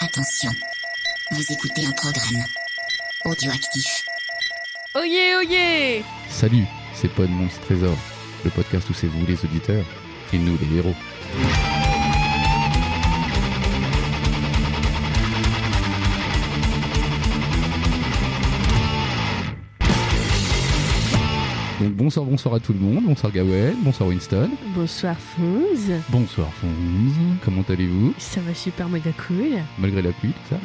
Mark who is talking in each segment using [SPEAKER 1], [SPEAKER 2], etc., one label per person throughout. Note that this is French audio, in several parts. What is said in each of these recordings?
[SPEAKER 1] Attention, vous écoutez un programme audioactif.
[SPEAKER 2] Oyez, oyez
[SPEAKER 3] Salut, c'est Pod Monstre Trésor, le podcast où c'est vous les auditeurs et nous les héros. Donc bonsoir, bonsoir à tout le monde, bonsoir Gawen, bonsoir Winston,
[SPEAKER 2] Bonsoir Fonz,
[SPEAKER 3] bonsoir Fonz, comment allez-vous
[SPEAKER 2] ça va super méga cool.
[SPEAKER 3] Malgré la pluie, tout ça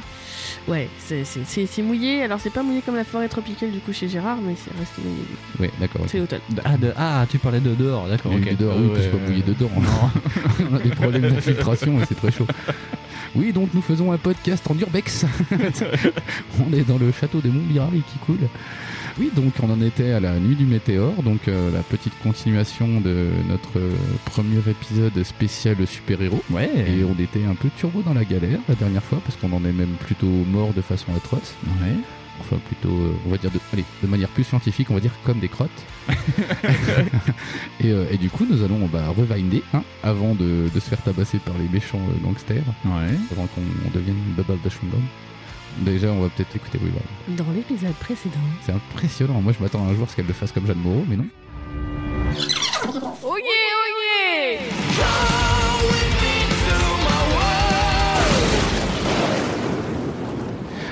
[SPEAKER 2] Ouais, c'est- c'est c'est- c'est mouillé, alors c'est pas mouillé comme la forêt tropicale du coup chez Gérard, mais c'est reste mouillé. du coup.
[SPEAKER 3] Oui, d'accord. ok.
[SPEAKER 2] C'est l'automne.
[SPEAKER 4] Ah, de- ah, tu parlais de dehors, d'accord.
[SPEAKER 3] Mais
[SPEAKER 4] ok.
[SPEAKER 3] oui, dehors, oui,
[SPEAKER 4] Ouais,
[SPEAKER 3] que ce soit
[SPEAKER 4] ouais,
[SPEAKER 3] mouillé
[SPEAKER 4] ouais.
[SPEAKER 3] dedans. hein. On a des problèmes d'infiltration et c'est très chaud. Oui, donc nous faisons un podcast en urbex. on est dans le château des Monts Birail qui coule. Oui, donc on en était à la nuit du météore, donc euh, la petite continuation de notre euh, premier épisode spécial super-héros.
[SPEAKER 4] Ouais.
[SPEAKER 3] Et on était un peu turbo dans la galère la dernière fois parce qu'on en est même plutôt mort de façon atroce.
[SPEAKER 4] Ouais.
[SPEAKER 3] Enfin plutôt, euh, on va dire de, allez, de manière plus scientifique, on va dire comme des crottes. et, euh, et du coup, nous allons bah, revinder hein, avant de, de se faire tabasser par les méchants euh, gangsters,
[SPEAKER 4] Ouais.
[SPEAKER 3] avant qu'on on devienne Bubble de Schwingbaum. Déjà, on va peut-être écouter Weaver.
[SPEAKER 2] Dans l'épisode précédent.
[SPEAKER 3] C'est impressionnant. Moi, je m'attends un jour à ce qu'elle le fasse comme Jeanne Moreau, mais non.
[SPEAKER 2] Oyez, oyez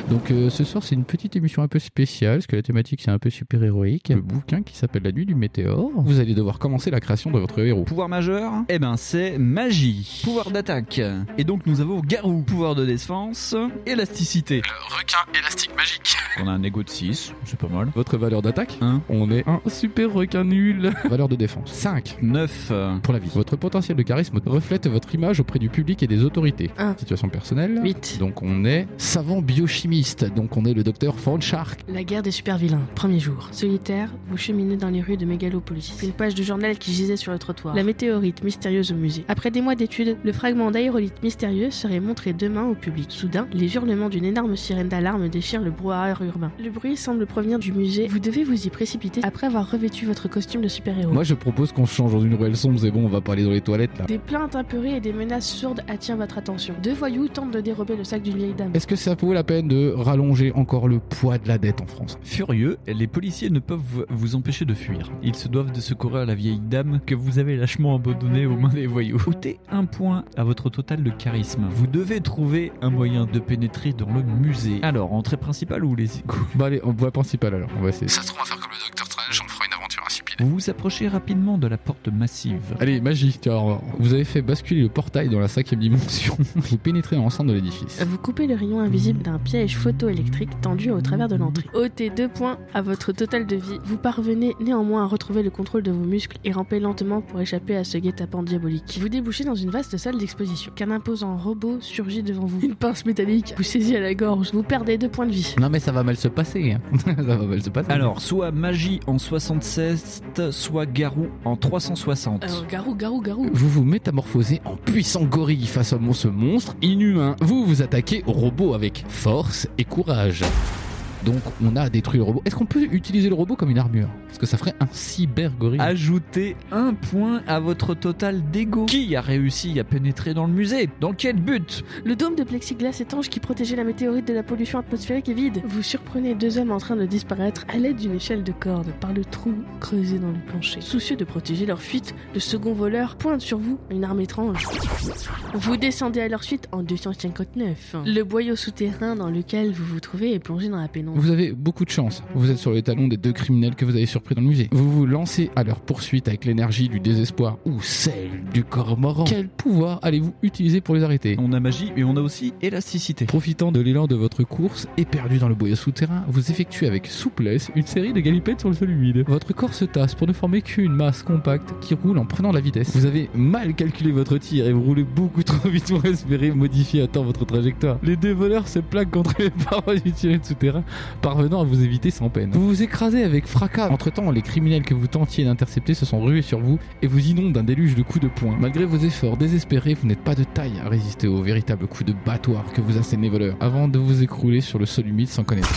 [SPEAKER 3] Donc euh, ce soir c'est une petite émission un peu spéciale parce que la thématique c'est un peu super héroïque. Un bouquin qui s'appelle La nuit du météore. Vous allez devoir commencer la création de votre héros.
[SPEAKER 4] Pouvoir majeur, eh ben c'est magie. Pouvoir d'attaque. Et donc nous avons garou. Pouvoir de défense, élasticité.
[SPEAKER 3] Requin élastique magique.
[SPEAKER 4] On a un égo de 6, c'est pas mal.
[SPEAKER 3] Votre valeur d'attaque
[SPEAKER 4] Un.
[SPEAKER 3] On est un super requin nul. Valeur de défense 5.
[SPEAKER 4] 9. euh,
[SPEAKER 3] Pour la vie. Votre potentiel de charisme reflète votre image auprès du public et des autorités.
[SPEAKER 2] Un.
[SPEAKER 3] Situation personnelle.
[SPEAKER 2] 8.
[SPEAKER 3] Donc on est savant biochimiste. Donc on est le docteur Fanchark.
[SPEAKER 2] La guerre des super vilains, premier jour. Solitaire, vous cheminez dans les rues de Mégalopolis. Une page de journal qui gisait sur le trottoir. La météorite mystérieuse au musée. Après des mois d'études, le fragment d'aérolite mystérieux serait montré demain au public. Soudain, les hurlements d'une énorme sirène d'alarme déchirent le brouhaha urbain. Le bruit semble provenir du musée. Vous devez vous y précipiter après avoir revêtu votre costume de super-héros.
[SPEAKER 3] Moi je propose qu'on se change dans une ruelle sombre. C'est bon, on va pas aller dans les toilettes là.
[SPEAKER 2] Des plaintes impurées et des menaces sourdes attirent votre attention. Deux voyous tentent de dérober le sac d'une vieille dame.
[SPEAKER 3] Est-ce que ça vaut la peine de rallonger encore le poids de la dette en France
[SPEAKER 4] Furieux, les policiers ne peuvent vous empêcher de fuir. Ils se doivent de secourir la vieille dame que vous avez lâchement abandonnée aux mains des voyous. Ôtez un point à votre total de charisme. Vous devez trouver un moyen de pénétrer dans le musée. Alors, entrée principale ou les égouts
[SPEAKER 3] Bah allez, on voit principal alors, on va essayer. Ça se trouve, on va faire comme le Docteur Strange, on fera une aventure insipide.
[SPEAKER 4] Vous vous approchez rapidement de la porte massive.
[SPEAKER 3] Allez, magie, tu vas voir. vous avez fait basculer le portail dans la cinquième dimension. vous pénétrez dans l'enceinte de l'édifice.
[SPEAKER 2] Vous coupez le rayon invisible d'un piège photoélectrique tendu au travers de l'entrée. Ôtez deux points à votre total de vie. Vous parvenez néanmoins à retrouver le contrôle de vos muscles et rampez lentement pour échapper à ce guet-apens diabolique. Vous débouchez dans une vaste salle d'exposition. Qu'un imposant robot surgit devant vous. Une pince métallique vous saisit à la gorge. Vous perdez deux points de vie.
[SPEAKER 3] Non mais ça va mal se passer. hein. ça va mal se passer.
[SPEAKER 4] Alors, soit magie en 76, soit garou en 360.
[SPEAKER 2] Euh, garou, garou, garou.
[SPEAKER 3] vous vous métamorphosez en puissant gorille face à mon- ce monstre inhumain. Vous vous attaquez au robot avec force et courage. Donc on a détruit le robot. Est-ce qu'on peut utiliser le robot comme une armure Parce que ça ferait un cyber gorille.
[SPEAKER 4] Ajoutez un point à votre total d'ego. Qui a réussi à pénétrer dans le musée Dans quel but
[SPEAKER 2] Le dôme de plexiglas étanche qui protégeait la météorite de la pollution atmosphérique est vide. Vous surprenez deux hommes en train de disparaître à l'aide d'une échelle de corde par le trou creusé dans le plancher. Soucieux de protéger leur fuite, le second voleur pointe sur vous une arme étrange. Vous descendez à leur suite en 259. Le boyau souterrain dans lequel vous vous trouvez est plongé dans la pénombre.
[SPEAKER 3] Vous avez beaucoup de chance. Vous êtes sur les talons des deux criminels que vous avez surpris dans le musée. Vous vous lancez à leur poursuite avec l'énergie du désespoir ou celle du cormoran. Quel pouvoir allez-vous utiliser pour les arrêter
[SPEAKER 4] On a magie, mais on a aussi élasticité.
[SPEAKER 3] Profitant de l'élan de votre course, éperdu dans le boyau souterrain, vous effectuez avec souplesse une série de galipettes sur le sol humide. Votre corps se tasse pour ne former qu'une masse compacte qui roule en prenant la vitesse. Vous avez mal calculé votre tir et vous roulez beaucoup trop vite pour espérer modifier à temps votre trajectoire. Les deux voleurs se plaquent contre les parois du tunnel souterrain, parvenant à vous éviter sans peine. Vous vous écrasez avec fracas. Entre-temps, les criminels que vous tentiez d'intercepter se sont rués sur vous et vous inondent d'un déluge de coups de poing. Malgré vos efforts désespérés, vous n'êtes pas de taille à résister aux véritables coups de battoir que vous assénez voleurs, avant de vous écrouler sur le sol humide sans connaître.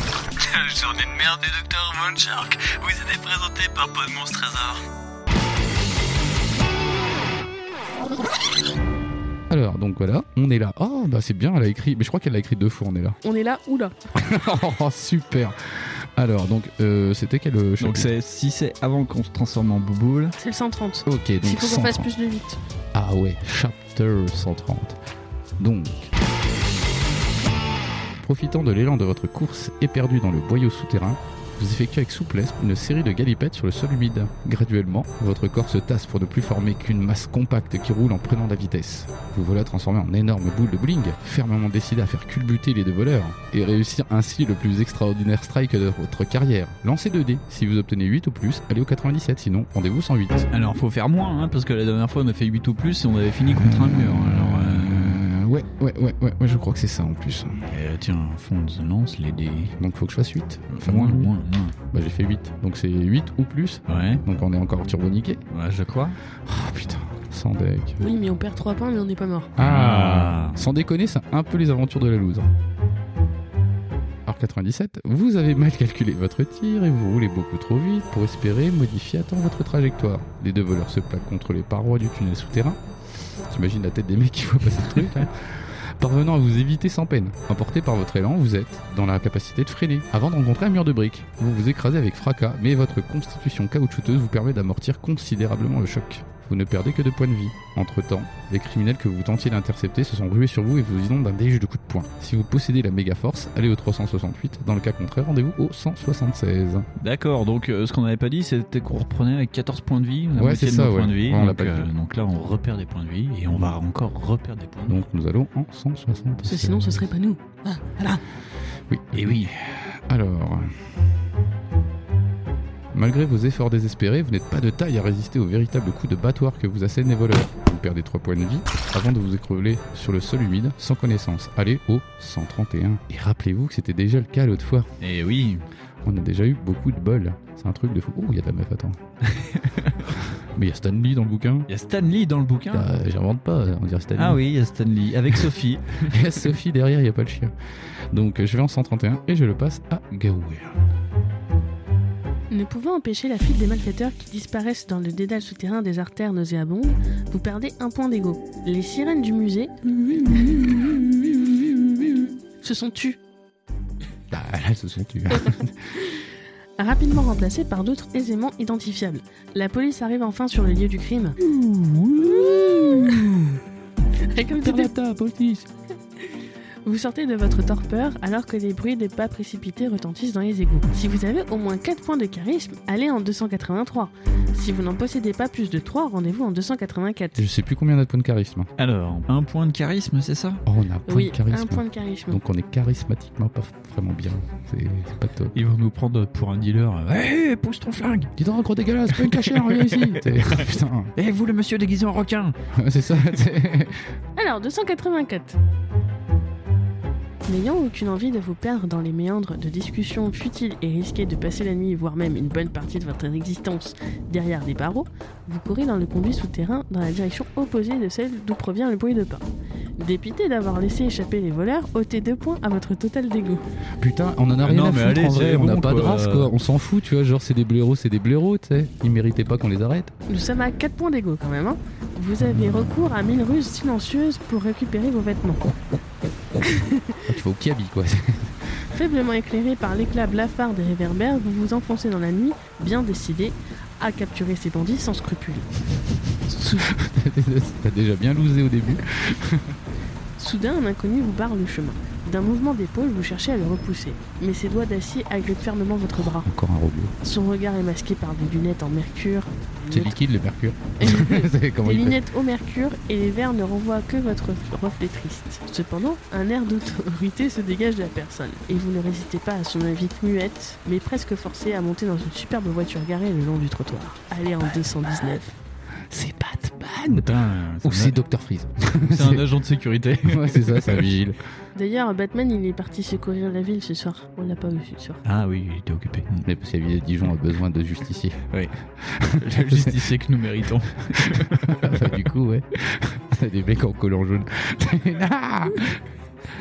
[SPEAKER 5] Journée de merde du docteur Von Shark vous était présenté par Pod Monstre Trésor.
[SPEAKER 3] Alors, donc voilà, on est là. Oh, bah c'est bien, elle a écrit. Mais je crois qu'elle l'a écrit deux fois, on est là.
[SPEAKER 2] On est là, oula.
[SPEAKER 3] oh, super Alors, donc, euh, c'était quel euh,
[SPEAKER 4] Donc
[SPEAKER 3] chapitre
[SPEAKER 4] c'est si c'est avant qu'on se transforme en bouboule.
[SPEAKER 2] C'est le 130.
[SPEAKER 3] Ok, donc.
[SPEAKER 2] Il faut qu'on fasse
[SPEAKER 3] 130.
[SPEAKER 2] plus de vite.
[SPEAKER 3] Ah ouais, chapter 130. Donc. Profitant de l'élan de votre course éperdue dans le boyau souterrain, vous effectuez avec souplesse une série de galipettes sur le sol humide. Graduellement, votre corps se tasse pour ne plus former qu'une masse compacte qui roule en prenant de la vitesse. Vous voilà transformé en énorme boule de bowling, fermement décidé à faire culbuter les deux voleurs, et réussir ainsi le plus extraordinaire strike de votre carrière. Lancez 2 dés, si vous obtenez 8 ou plus, allez au 97, sinon rendez-vous 108.
[SPEAKER 4] Alors faut faire moins hein, parce que la dernière fois on a fait 8 ou plus et on avait fini contre un mur. Alors
[SPEAKER 3] Euh, ouais, ouais, ouais, ouais, ouais, je crois que c'est ça en plus.
[SPEAKER 4] euh, tiens, fond lance les dés.
[SPEAKER 3] Donc faut que je fasse 8. Enfin,
[SPEAKER 4] moins,
[SPEAKER 3] oui.
[SPEAKER 4] moins,
[SPEAKER 3] Bah j'ai fait 8. Donc c'est 8 ou plus.
[SPEAKER 4] moins. Ouais,
[SPEAKER 3] Donc on est encore turboniqué.
[SPEAKER 4] ouais, je crois.
[SPEAKER 3] Oh putain, sans deck.
[SPEAKER 2] Oui, mais on perd 3 points, mais on n'est pas mort.
[SPEAKER 3] Ah Sans déconner, c'est un peu les aventures de la loose. hein. Alors 97, vous avez mal calculé votre tir et vous roulez beaucoup trop vite pour espérer modifier à temps votre trajectoire. Les deux voleurs se plaquent contre les parois du tunnel souterrain. T'imagines la tête des mecs qui voient passer le truc. hein. Parvenant à vous éviter sans peine, emporté par votre élan, vous êtes dans la capacité de freiner. Avant de rencontrer un mur de briques, vous vous écrasez avec fracas, mais votre constitution caoutchouteuse vous permet d'amortir considérablement le choc. Vous ne perdez que deux points de vie. Entre-temps, les criminels que vous tentiez d'intercepter se sont rués sur vous et vous inondent d'un déluge de coups de poing. Si vous possédez la méga force, allez au 368. Dans le cas contraire, rendez-vous au 176.
[SPEAKER 4] D'accord, donc euh, ce qu'on n'avait pas dit, c'était qu'on reprenait avec 14 points de vie, la
[SPEAKER 3] Ouais,
[SPEAKER 4] moitié
[SPEAKER 3] c'est
[SPEAKER 4] de
[SPEAKER 3] ça,
[SPEAKER 4] nos
[SPEAKER 3] ouais.
[SPEAKER 4] points de vie.
[SPEAKER 3] Ouais, on l'a
[SPEAKER 4] donc,
[SPEAKER 3] pas
[SPEAKER 4] euh,
[SPEAKER 3] dit.
[SPEAKER 4] donc là, on repère des points de vie et on va encore repère des points de vie.
[SPEAKER 3] Donc nous allons en 176.
[SPEAKER 2] Parce que sinon, ce serait pas nous. Ah, voilà.
[SPEAKER 3] Oui,
[SPEAKER 4] et oui,
[SPEAKER 3] Alors. Malgré vos efforts désespérés, vous n'êtes pas de taille à résister aux véritables coups de battoir que vous assènent les voleurs. Vous perdez 3 points de vie avant de vous écrouler sur le sol humide sans connaissance. Allez au 131. Et rappelez-vous que c'était déjà le cas l'autre fois.
[SPEAKER 4] et oui.
[SPEAKER 3] On a déjà eu beaucoup de bol. C'est un truc de fou. Oh, il y a de la meuf, attends. Mais il y a Stanley dans le bouquin.
[SPEAKER 4] Il y a Stanley dans le bouquin.
[SPEAKER 3] Ah, J'invente pas, on dirait Stanley.
[SPEAKER 4] Ah oui, il y a Stanley avec Sophie.
[SPEAKER 3] Il y a Sophie derrière, il n'y a pas le chien. Donc je vais en 131 et je le passe à Gaouer.
[SPEAKER 2] Ne pouvant empêcher la fuite des malfaiteurs qui disparaissent dans le dédale souterrain des artères nauséabondes, vous perdez un point d'ego. Les sirènes du musée se sont tues,
[SPEAKER 3] Bah là, elles se sont tuées.
[SPEAKER 2] rapidement remplacées par d'autres aisément identifiables. La police arrive enfin sur le lieu du crime. Et comme c'était- Vous sortez de votre torpeur alors que les bruits des pas précipités retentissent dans les égouts. Si vous avez au moins 4 points de charisme, allez en 283. Si vous n'en possédez pas plus de 3, rendez-vous en 284.
[SPEAKER 3] Je sais plus combien on a de points de charisme. hein.
[SPEAKER 4] Alors, un point de charisme, c'est ça
[SPEAKER 3] Oh, on a un point
[SPEAKER 2] oui,
[SPEAKER 3] de charisme.
[SPEAKER 2] un point de charisme.
[SPEAKER 3] Donc on est charismatiquement pas vraiment bien. C'est c'est pas top.
[SPEAKER 4] Ils vont nous prendre pour un dealer. euh, Hé, Eh, pousse ton flingue
[SPEAKER 3] Dis donc, gros dégueulasse, pas une cachère, viens ici. C'est- Putain,
[SPEAKER 4] Hé, Eh, vous le monsieur déguisé en requin
[SPEAKER 3] c'est ça. c'est-
[SPEAKER 2] Alors, 284. N'ayant aucune envie de vous perdre dans les méandres de discussions futiles et risquer de passer la nuit, voire même une bonne partie de votre existence derrière des barreaux, vous courez dans le conduit souterrain dans la direction opposée de celle d'où provient le bruit de pas. Dépité d'avoir laissé échapper les voleurs, ôtez deux points à votre total d'égo.
[SPEAKER 3] Putain, on en a
[SPEAKER 4] Ah
[SPEAKER 3] rien
[SPEAKER 4] non,
[SPEAKER 3] à
[SPEAKER 4] mais
[SPEAKER 3] foutre
[SPEAKER 4] allez,
[SPEAKER 3] en vrai.
[SPEAKER 4] c'est
[SPEAKER 3] on n'a
[SPEAKER 4] bon,
[SPEAKER 3] pas de
[SPEAKER 4] quoi.
[SPEAKER 3] race quoi. On s'en fout, tu vois. Genre, c'est des blaireaux, c'est des blaireaux, tu sais. Ils méritaient pas qu'on les arrête.
[SPEAKER 2] Nous sommes à 4 points d'égo quand même. hein. vous avez recours à 1000 ruses silencieuses pour récupérer vos vêtements.
[SPEAKER 3] Ah, tu vas au Kiabi quoi.
[SPEAKER 2] Faiblement éclairé par l'éclat blafard des réverbères, vous vous enfoncez dans la nuit, bien décidé à capturer ces bandits sans scrupule. Sou-
[SPEAKER 3] T'as déjà bien loosé au début.
[SPEAKER 2] Soudain, un inconnu vous barre le chemin. D'un mouvement d'épaule, vous cherchez à le repousser, mais ses doigts d'acier agrippent fermement votre bras.
[SPEAKER 3] Encore un robot.
[SPEAKER 2] Son regard est masqué par des lunettes en mercure.
[SPEAKER 3] C'est
[SPEAKER 2] lunettes-
[SPEAKER 3] liquide le mercure. C'est comment
[SPEAKER 2] Des
[SPEAKER 3] il fait
[SPEAKER 2] lunettes au mercure et les verres ne renvoient que votre f- reflet triste. Cependant, un air d'autorité se dégage de la personne et vous ne résistez pas à son invite muette, mais presque forcée à monter dans une superbe voiture garée le long du trottoir. Allez en 219.
[SPEAKER 3] C'est Batman.
[SPEAKER 4] Putain,
[SPEAKER 3] Ou c'est
[SPEAKER 4] Ah, c'est
[SPEAKER 3] Dr Freeze.
[SPEAKER 4] un- c'est un agent de sécurité.
[SPEAKER 3] Ouais, c'est ça, c'est un vigile.
[SPEAKER 2] D'ailleurs, Batman, il est parti secourir la ville ce soir. On l'a pas eu ce soir.
[SPEAKER 4] Ah oui, il était occupé.
[SPEAKER 3] Mais parce que la ville de Dijon a besoin de justiciers.
[SPEAKER 4] Le justicier que nous méritons.
[SPEAKER 3] Enfin, du coup, ouais. T'as des mecs en collant jaune. Ah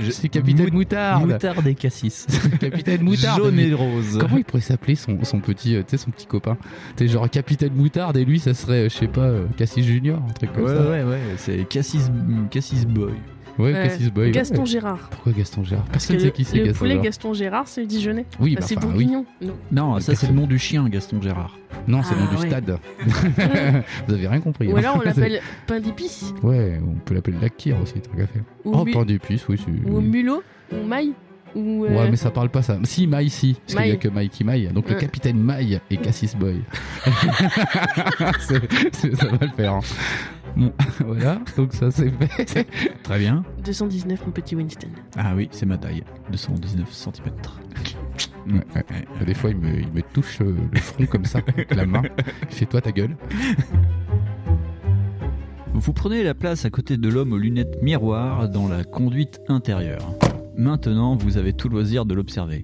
[SPEAKER 4] Je-
[SPEAKER 3] C'est Capitaine
[SPEAKER 4] Mout-
[SPEAKER 3] Moutarde.
[SPEAKER 4] Moutarde et cassis.
[SPEAKER 3] Capitaine Moutarde.
[SPEAKER 4] Jaune
[SPEAKER 3] mais-
[SPEAKER 4] et rose.
[SPEAKER 3] Comment il pourrait s'appeler son, son petit, euh, tu sais, son petit copain T'es genre Capitaine Moutarde et lui, ça serait, euh, je sais pas, euh, Cassis Junior, un truc comme
[SPEAKER 4] Ouais,
[SPEAKER 3] ça.
[SPEAKER 4] ouais, ouais, c'est Cassis, Cassis Boy.
[SPEAKER 3] Ouais,
[SPEAKER 2] Euh,
[SPEAKER 3] Cassis Boy.
[SPEAKER 2] Gaston
[SPEAKER 3] ouais.
[SPEAKER 2] Gérard.
[SPEAKER 3] Pourquoi Gaston Gérard
[SPEAKER 2] Parce
[SPEAKER 3] Personne
[SPEAKER 2] que
[SPEAKER 3] sait
[SPEAKER 2] le,
[SPEAKER 3] qui c'est
[SPEAKER 2] le
[SPEAKER 3] Gaston
[SPEAKER 2] poulet
[SPEAKER 3] Gérard.
[SPEAKER 2] Gaston Gérard, c'est le Dijonais.
[SPEAKER 3] Oui,
[SPEAKER 2] Bah,
[SPEAKER 3] bah,
[SPEAKER 2] c'est
[SPEAKER 3] enfin, oui.
[SPEAKER 2] bourguignon. Non.
[SPEAKER 4] Non, ça c'est le nom du chien, Gaston Gérard.
[SPEAKER 3] Non, c'est le nom
[SPEAKER 2] Ah,
[SPEAKER 3] du
[SPEAKER 2] ouais.
[SPEAKER 3] stade. Vous avez rien compris.
[SPEAKER 2] Ou
[SPEAKER 3] hein.
[SPEAKER 2] alors on l'appelle pain d'épices,
[SPEAKER 3] Ouais, on peut l'appeler Lakir aussi, tant qu'à faire.
[SPEAKER 2] ou,
[SPEAKER 3] Oh,
[SPEAKER 2] mu-
[SPEAKER 3] pain d'épices, oui. c'est-
[SPEAKER 2] ou mulot, ou maille, ou. euh,
[SPEAKER 3] Ouais, mais ça parle pas ça. Si, Mai, si. Parce qu'il y a
[SPEAKER 2] Maille.
[SPEAKER 3] que Mai qui maille. Donc le
[SPEAKER 2] Ouais.
[SPEAKER 3] capitaine Mai et Cassis Boy. C'est- c'est- ça va le faire. hein. Bon, voilà. Donc ça, c'est fait.
[SPEAKER 4] Très bien.
[SPEAKER 2] 219, mon petit Winston.
[SPEAKER 4] Ah oui, c'est ma taille. 219 cm.
[SPEAKER 3] Ouais, ouais. Euh, Des fois, il me, il me touche euh, le front comme ça, avec la main. Il fait toi ta gueule.
[SPEAKER 4] Vous prenez la place à côté de l'homme aux lunettes miroir dans la conduite intérieure. Maintenant, vous avez tout loisir de l'observer.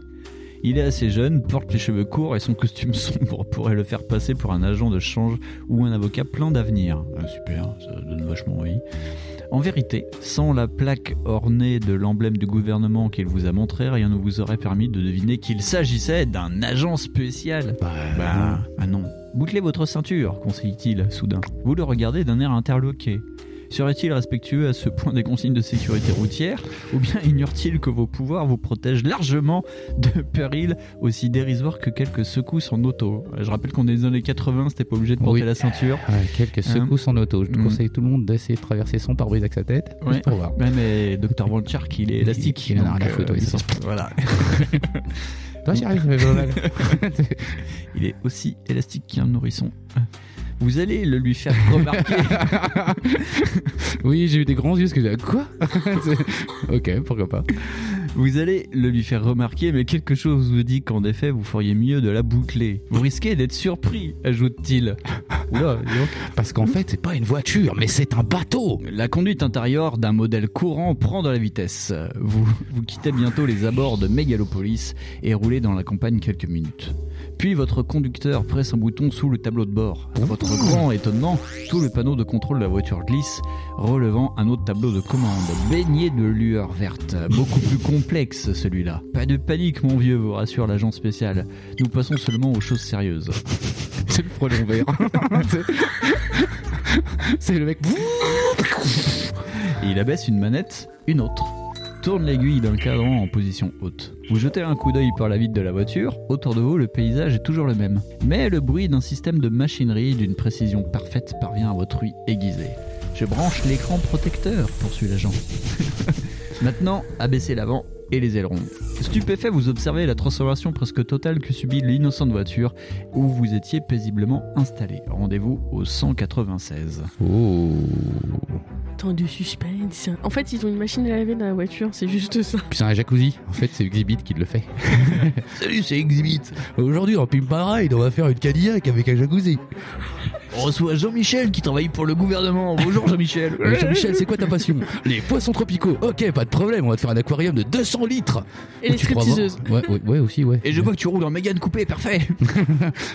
[SPEAKER 4] Il est assez jeune, porte les cheveux courts et son costume sombre pourrait le faire passer pour un agent de change ou un avocat plein d'avenir. Ah, super, ça donne vachement envie. En vérité, sans la plaque ornée de l'emblème du gouvernement qu'il vous a montré, rien ne vous aurait permis de deviner qu'il s'agissait d'un agent spécial.
[SPEAKER 3] Bah,
[SPEAKER 4] Bah, ah non. Bouclez votre ceinture, conseille-t-il soudain. Vous le regardez d'un air interloqué. Serait-il respectueux à ce point des consignes de sécurité routière Ou bien ignore-t-il que vos pouvoirs vous protègent largement de périls aussi dérisoires que quelques secousses en auto Je rappelle qu'on est dans les 80, c'était pas obligé de porter
[SPEAKER 3] Oui.
[SPEAKER 4] la ceinture.
[SPEAKER 3] Ouais, Ah, quelques secousses en auto. Je te
[SPEAKER 4] Mm.
[SPEAKER 3] conseille tout le monde d'essayer de traverser son pare-brise avec sa tête.
[SPEAKER 4] Ouais.
[SPEAKER 3] Juste pour voir.
[SPEAKER 4] Ouais, mais Dr. Volchark, il est élastique.
[SPEAKER 3] Il en a
[SPEAKER 4] donc,
[SPEAKER 3] rien à foutre,
[SPEAKER 4] euh,
[SPEAKER 3] ouais, c'est ça.
[SPEAKER 4] Voilà.
[SPEAKER 3] Toi, j'y arrive, mais pas mal.
[SPEAKER 4] Il est aussi élastique qu'un nourrisson. Vous allez le lui faire remarquer.
[SPEAKER 3] oui, j'ai eu des grands yeux parce que j'ai. Quoi C'est- Ok, pourquoi pas.
[SPEAKER 4] Vous allez le lui faire remarquer, mais quelque chose vous dit qu'en effet, vous feriez mieux de la boucler. Vous risquez d'être surpris, ajoute-t-il. Oula, dis donc.
[SPEAKER 3] Parce qu'en fait, c'est pas une voiture, mais c'est un bateau.
[SPEAKER 4] La conduite intérieure d'un modèle courant prend de la vitesse. Vous, vous quittez bientôt les abords de Mégalopolis et roulez dans la campagne quelques minutes. Puis votre conducteur presse un bouton sous le tableau de bord. À votre grand étonnement, tout le panneau de contrôle de la voiture glisse, relevant un autre tableau de commande, baigné de lueur verte. Beaucoup plus complexe celui-là. Pas de panique, mon vieux, vous rassure l'agent spécial. Nous passons seulement aux choses sérieuses.
[SPEAKER 3] C'est le frelon vert. C'est- c'est le mec.
[SPEAKER 4] Et il abaisse une manette, une autre. Tourne l'aiguille d'un cadran en position haute. Vous jetez un coup d'œil par la vitre de la voiture, autour de vous le paysage est toujours le même. Mais le bruit d'un système de machinerie d'une précision parfaite parvient à votre ouïe aiguisée. Je branche l'écran protecteur, poursuit l'agent. Maintenant, abaissez l'avant et les ailerons. Stupéfait, vous observez la transformation presque totale que subit l'innocente voiture où vous étiez paisiblement installé. Rendez-vous au 196.
[SPEAKER 3] Oh.
[SPEAKER 2] Tant de suspense. En fait, ils ont une machine à laver dans la voiture, c'est juste ça.
[SPEAKER 3] Puis c'est un jacuzzi. En fait, c'est Exhibit qui le fait.
[SPEAKER 4] Salut, c'est Exhibit.
[SPEAKER 3] Aujourd'hui, en Pimp Ride, on va faire une Cadillac avec un jacuzzi.
[SPEAKER 4] On reçoit Jean-Michel qui travaille pour le gouvernement. Bonjour Jean-Michel.
[SPEAKER 3] Euh, Jean-Michel, c'est quoi ta passion Les poissons tropicaux. Ok, pas de problème, on va te faire un aquarium de 200 litres. Oh,
[SPEAKER 2] Et les
[SPEAKER 3] Tu pourras voir-
[SPEAKER 2] stripteaseuses.
[SPEAKER 3] Ouais, ouais, ouais, aussi, ouais.
[SPEAKER 4] Et je vois que tu roules en Mégane coupé, parfait.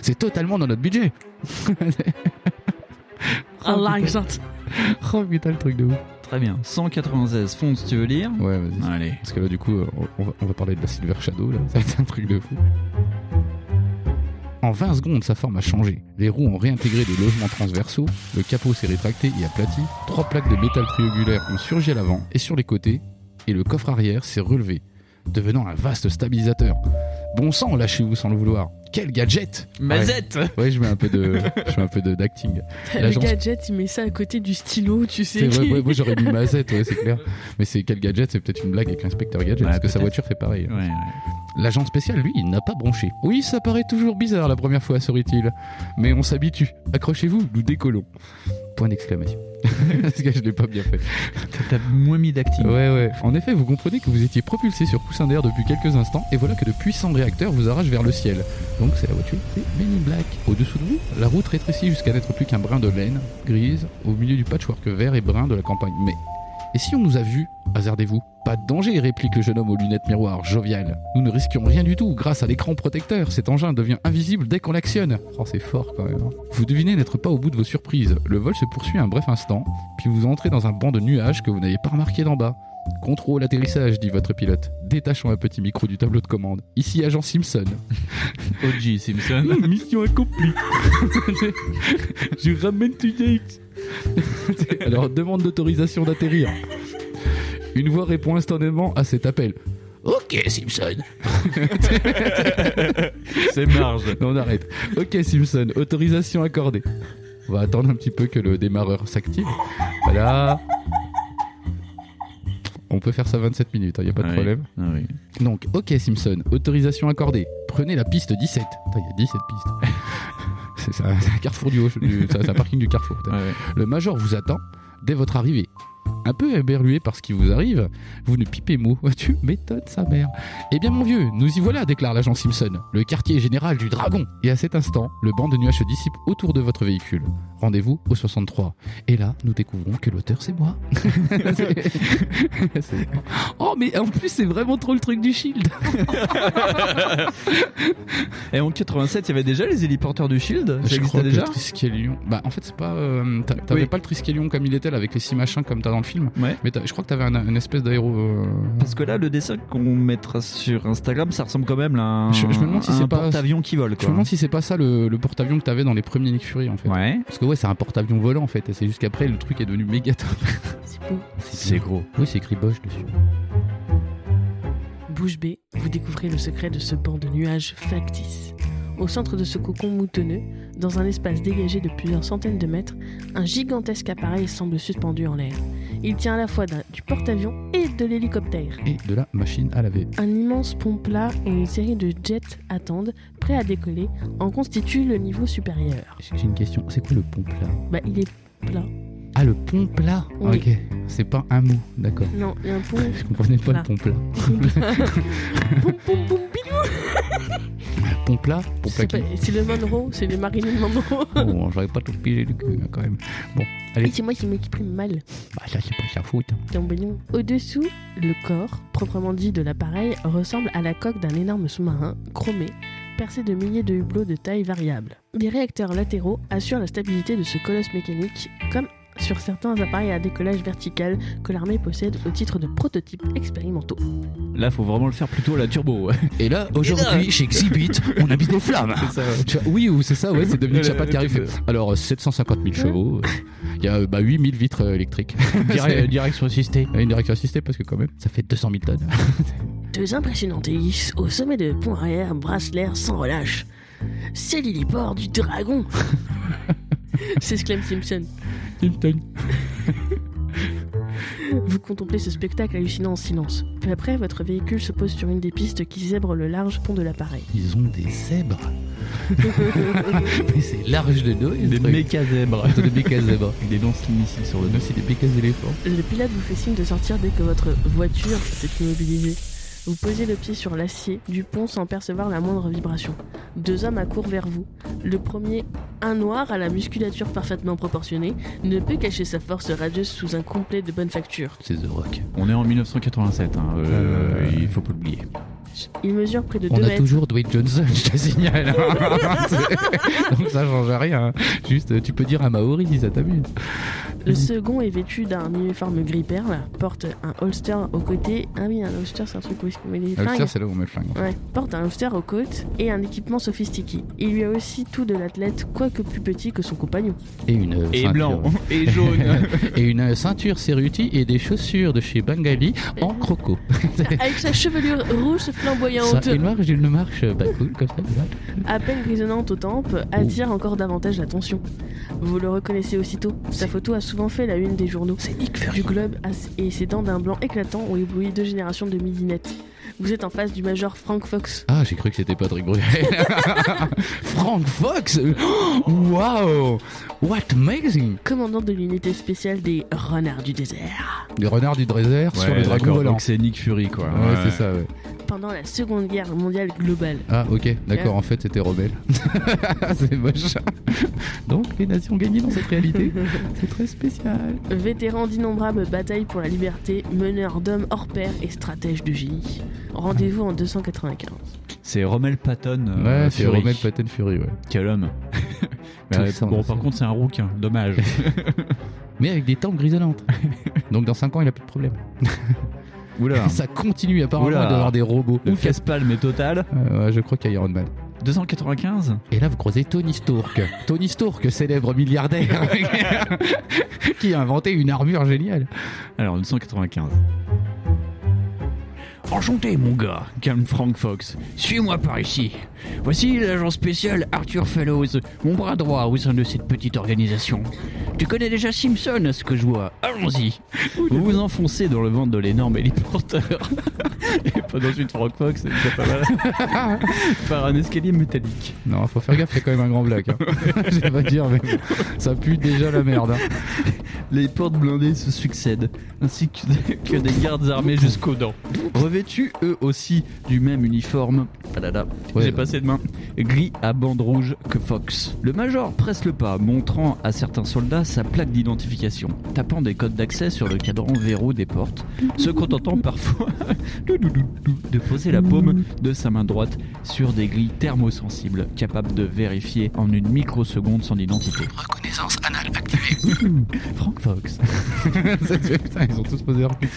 [SPEAKER 3] C'est totalement dans notre budget.
[SPEAKER 2] I like that.
[SPEAKER 3] Oh putain, le truc de ouf.
[SPEAKER 4] Très bien. 196 fonds, tu veux lire
[SPEAKER 3] Ouais, vas-y.
[SPEAKER 4] Allez.
[SPEAKER 3] Parce que là, du coup, euh, on- on va, on va parler de la Silver Shadow, là. Ça va être un truc de fou. En 20 secondes, sa forme a changé. Les roues ont réintégré des logements transversaux, le capot s'est rétracté et aplati, trois plaques de métal triangulaire ont surgi à l'avant et sur les côtés, et le coffre arrière s'est relevé, devenant un vaste stabilisateur. Bon sang, lâchez-vous sans le vouloir. Quel gadget
[SPEAKER 4] Mazette
[SPEAKER 3] Ouais, je mets un peu de, je mets un peu de d'acting.
[SPEAKER 2] Le
[SPEAKER 3] L'agence-
[SPEAKER 2] gadget, il met ça à côté du stylo, tu sais.
[SPEAKER 3] C'est vrai, ouais, moi j'aurais mis Mazette, ouais, c'est clair. Mais c'est quel gadget C'est peut-être une blague avec l'inspecteur gadget,
[SPEAKER 4] Ouais,
[SPEAKER 3] parce que sa
[SPEAKER 4] peut-être.
[SPEAKER 3] voiture fait pareil. hein.
[SPEAKER 4] Ouais, ouais.
[SPEAKER 3] L'agent spécial, lui, n'a pas bronché. Oui, ça paraît toujours bizarre la première fois, sourit-il. Mais on s'habitue. Accrochez-vous, nous décollons. Point d'exclamation. Parce que je l'ai pas bien fait.
[SPEAKER 4] T'as moins mis d'acting.
[SPEAKER 3] Ouais, ouais. En effet, vous comprenez que vous étiez propulsé sur coussin d'air depuis quelques instants, et voilà que de puissants réacteurs vous arrachent vers le ciel. Donc c'est la voiture, c'est Men in Black. Au-dessous de vous, la route rétrécit jusqu'à n'être plus qu'un brin de laine, grise, au milieu du patchwork vert et brun de la campagne. Mais, et si on nous a vus Hasardez-vous. Pas de danger, réplique le jeune homme aux lunettes miroir, jovial. Nous ne risquions rien du tout. Grâce à l'écran protecteur, cet engin devient invisible dès qu'on l'actionne. Oh, c'est fort quand même. hein. Vous devinez n'être pas au bout de vos surprises. Le vol se poursuit un bref instant, puis vous entrez dans un banc de nuages que vous n'avez pas remarqué d'en bas. Contrôle atterrissage, dit votre pilote. Détachons un petit micro du tableau de commande. Ici agent Simpson.
[SPEAKER 4] OG Simpson.
[SPEAKER 3] Ah, Mission accomplie. Je ramène TJX. Alors demande d'autorisation d'atterrir. Une voix répond instantanément à cet appel. Ok Simpson.
[SPEAKER 4] C'est marge.
[SPEAKER 3] Non, on arrête. Ok, Simpson, autorisation accordée. On va attendre un petit peu que le démarreur s'active. Voilà. On peut faire ça 27 minutes, il n'y a pas de
[SPEAKER 4] Ouais.
[SPEAKER 3] problème.
[SPEAKER 4] Ah oui.
[SPEAKER 3] Donc, ok, Simpson, autorisation accordée. Prenez la piste 17. Putain, il y a 17 pistes. C'est ça, c'est un carrefour du haut, du- c'est un parking du carrefour. putain.
[SPEAKER 4] Ah ouais.
[SPEAKER 3] Le major vous attend dès votre arrivée. Un peu éberlué par ce qui vous arrive, vous ne pipez mot. Tu m'étonnes, sa mère. Eh bien, mon vieux, nous y voilà, déclare l'agent Simpson, le quartier général du dragon. Et à cet instant, le banc de nuages se dissipe autour de votre véhicule. Rendez-vous au 63. Et là, nous découvrons que l'auteur, c'est moi. C'est- c'est- Oh, mais en plus, c'est vraiment trop le truc du shield.
[SPEAKER 4] Et en 87, il y avait déjà les héliporteurs du Shield Ça
[SPEAKER 3] Je crois
[SPEAKER 4] existait
[SPEAKER 3] que
[SPEAKER 4] déjà
[SPEAKER 3] Triskelion. Bah, en fait, c'est pas. euh, t'a- t'avais
[SPEAKER 4] Oui.
[SPEAKER 3] pas le Triskelion comme il était là, avec les six machins comme t'as dans le film.
[SPEAKER 4] Ouais.
[SPEAKER 3] Mais t'as- je crois que t'avais un, une espèce d'aéro. euh,
[SPEAKER 4] Parce que là, le dessin qu'on mettra sur Instagram, ça ressemble quand même à un,
[SPEAKER 3] Je- je me demande si
[SPEAKER 4] à un
[SPEAKER 3] c'est pas-
[SPEAKER 4] porte-avions qui vole.
[SPEAKER 3] Je
[SPEAKER 4] Quoi.
[SPEAKER 3] me demande si c'est pas ça le, le porte-avions que t'avais dans les premiers Nick Fury en fait.
[SPEAKER 4] Ouais.
[SPEAKER 3] Parce que ouais, c'est un porte-avions volant en fait. Et c'est jusqu'après le truc est devenu méga top.
[SPEAKER 2] C'est beau.
[SPEAKER 4] gros.
[SPEAKER 3] Oui, c'est écrit Bosch dessus.
[SPEAKER 2] Bouche bée, vous découvrez le secret de ce banc de nuages factice. Au centre de ce cocon moutonneux, dans un espace dégagé de plusieurs centaines de mètres, un gigantesque appareil semble suspendu en l'air. Il tient à la fois d'un- du porte-avions et de l'hélicoptère.
[SPEAKER 3] Et de la machine à laver.
[SPEAKER 2] Un immense pont plat et une série de jets attendent, prêts à décoller, en constituent le niveau supérieur.
[SPEAKER 3] Est-ce que J'ai une question. C'est quoi le pont plat
[SPEAKER 2] Bah, il est plat.
[SPEAKER 3] Ah, le pont plat
[SPEAKER 2] Oui.
[SPEAKER 3] Ok. C'est pas un mot, d'accord.
[SPEAKER 2] Non, il y a un pont.
[SPEAKER 3] Je comprenais pas
[SPEAKER 2] Plat.
[SPEAKER 3] le pont plat.
[SPEAKER 2] Poum, poum, poum, bip.
[SPEAKER 3] Pont plat Pont plat
[SPEAKER 2] C'est
[SPEAKER 3] qui
[SPEAKER 2] pas- c'est le Monroe, c'est le Marilyn Monroe.
[SPEAKER 3] Bon, Oh, j'aurais pas tout pigé le cul hein, quand même. Bon,
[SPEAKER 2] Et c'est moi qui m'exprime mal.
[SPEAKER 3] bah ça c'est pas sa faute. hein.
[SPEAKER 2] Ton bignon. Au-dessous, le corps, proprement dit de l'appareil, ressemble à la coque d'un énorme sous-marin, chromé, percé de milliers de hublots de taille variable. Des réacteurs latéraux assurent la stabilité de ce colosse mécanique, comme sur certains appareils à décollage vertical que l'armée possède au titre de prototypes expérimentaux.
[SPEAKER 4] Là, faut vraiment le faire plutôt à la turbo. ouais.
[SPEAKER 3] Et là, aujourd'hui, chez Exhibit, on habite des
[SPEAKER 4] Ah, bah.
[SPEAKER 3] flammes. Tu vois, oui, ou c'est ça, ouais, c'est devenu
[SPEAKER 4] Le-
[SPEAKER 3] Chapat qui arrive.
[SPEAKER 4] le-
[SPEAKER 3] fait, Alors, euh, 750 000 chevaux, euh, il y a euh, bah, 8000 vitres euh, électriques. C'est- Ah,
[SPEAKER 4] Direction assistée.
[SPEAKER 3] Une euh, direction assistée, parce que quand même, ça fait 200 000 tonnes.
[SPEAKER 2] Deux impressionnantes hélices au sommet de pont arrière brassent l'air sans relâche. C'est l'héliport du dragon s'exclame Simpson. Vous contemplez ce spectacle hallucinant en silence. Peu après, votre véhicule se pose sur une des pistes qui zèbre le large pont de l'appareil.
[SPEAKER 3] Ils ont des zèbres. Mais c'est large de dos.
[SPEAKER 4] Des méca zèbres.
[SPEAKER 3] Des méca zèbres.
[SPEAKER 4] Des lances missiles sur le dos.
[SPEAKER 3] Même c'est des méca éléphants.
[SPEAKER 2] Le pilote vous fait signe de sortir dès que votre voiture s'est immobilisée. Vous posez le pied sur l'acier du pont sans percevoir la moindre vibration. Deux hommes accourent vers vous. Le premier, un noir à la musculature parfaitement proportionnée, ne peut cacher sa force radieuse sous un complet de bonne facture.
[SPEAKER 3] C'est The Rock.
[SPEAKER 4] On est en 1987, hein, euh,
[SPEAKER 3] Euh,
[SPEAKER 4] il faut pas oublier.
[SPEAKER 2] Il mesure près de 2
[SPEAKER 3] On a
[SPEAKER 2] mètres.
[SPEAKER 3] toujours Dwayne Johnson, je te signale. Donc ça change rien. Juste, euh, tu peux dire à Maori si ça t'amuse.
[SPEAKER 2] Le second est vêtu d'un uniforme gris perle, porte un holster au côté. Ah oui, un holster, c'est un truc où est-ce qu'on met les fringues.
[SPEAKER 3] Hipster, c'est là où on met le flingue.
[SPEAKER 2] Ouais, porte un holster aux côtes et un équipement sophistiqué. Il lui a aussi tout de l'athlète, quoique plus petit que son compagnon.
[SPEAKER 3] Et une euh,
[SPEAKER 4] Et
[SPEAKER 3] ceinture.
[SPEAKER 4] blanc, et jaune.
[SPEAKER 3] et une euh, ceinture Ceruti et des chaussures de chez Bengali en croco.
[SPEAKER 2] Avec sa chevelure rouge
[SPEAKER 3] Ça,
[SPEAKER 2] flamboyante,
[SPEAKER 3] une marche, une marche, euh, bah cool comme ça. voilà.
[SPEAKER 2] à peine grisonnante aux tempes, attire
[SPEAKER 3] Oh.
[SPEAKER 2] encore davantage l'attention. Vous le reconnaissez aussitôt, sa photo a souvent fait la une des journaux. C'est Du globe as- et ses dents d'un blanc éclatant ont ébloui deux générations de midinettes. Vous êtes en face du major Frank Fox.
[SPEAKER 3] Ah, j'ai cru que c'était Patrick Bruel. Frank Fox Oh, Wow What amazing
[SPEAKER 2] Commandant de l'unité spéciale des renards du désert.
[SPEAKER 3] Les renards du dresser sur
[SPEAKER 4] Ouais,
[SPEAKER 3] le dragon
[SPEAKER 4] d'accord,
[SPEAKER 3] volant.
[SPEAKER 4] donc c'est Nick Fury, quoi.
[SPEAKER 3] Ouais, c'est ça, ouais.
[SPEAKER 2] Pendant la Seconde Guerre mondiale globale,
[SPEAKER 3] Ah, ok, d'accord, en fait c'était rebelle. c'est moche. Donc les nations gagnées dans cette réalité. C'est très spécial.
[SPEAKER 2] Vétéran d'innombrables batailles pour la liberté, meneur d'hommes hors pair et stratège de génie. Rendez-vous en 295.
[SPEAKER 4] C'est Rommel Patton. euh,
[SPEAKER 3] Ouais, c'est
[SPEAKER 4] Fury.
[SPEAKER 3] Rommel Patent Fury, ouais.
[SPEAKER 4] Quel homme.
[SPEAKER 3] Tout
[SPEAKER 4] Euh,
[SPEAKER 3] ça, on
[SPEAKER 4] bon,
[SPEAKER 3] a
[SPEAKER 4] par
[SPEAKER 3] ça.
[SPEAKER 4] contre, c'est un rouquin, dommage.
[SPEAKER 3] Mais avec des tempes grisonnantes. Donc dans 5 ans, il a plus de problème.
[SPEAKER 4] Oula.
[SPEAKER 3] Ça continue apparemment
[SPEAKER 4] Oula.
[SPEAKER 3] d'avoir des robots.
[SPEAKER 4] Le
[SPEAKER 3] Ou qu'est-ce-
[SPEAKER 4] casse-palme est total.
[SPEAKER 3] Euh, ouais, je crois qu'il y a Iron Man.
[SPEAKER 4] 295
[SPEAKER 3] Et là, vous croisez Tony Stark. Tony Stark, célèbre milliardaire, qui a inventé une armure géniale.
[SPEAKER 4] Alors, 295. Enchanté, mon gars, calme Frank Fox. Suis-moi par ici. Voici l'agent spécial Arthur Fellows, mon bras droit au sein de cette petite organisation. Tu connais déjà Simpson, à ce que je vois. Allons-y. Vous vous enfoncez dans le ventre de l'énorme héliporteur. Et pas ensuite Frank Fox, c'est déjà pas mal. par un escalier métallique.
[SPEAKER 3] Non, faut faire gaffe, c'est quand même un grand black. hein. je vais pas dire, mais ça pue déjà la merde. hein.
[SPEAKER 4] Les portes blindées se succèdent, ainsi que des, que des gardes armés jusqu'aux dents. Revêtus eux aussi du même uniforme, ah là là,
[SPEAKER 3] Ouais.
[SPEAKER 4] j'ai passé de main, gris à bande rouge que Fox. Le major presse le pas, montrant à certains soldats sa plaque d'identification, tapant des codes d'accès sur le cadran verrou des portes, se contentant parfois de poser la paume de sa main droite sur des grilles thermosensibles, capables de vérifier en une microseconde son identité.
[SPEAKER 5] Reconnaissance anale activée.
[SPEAKER 4] Frank Fox.
[SPEAKER 3] Putain, ils ont tous posé leur petit.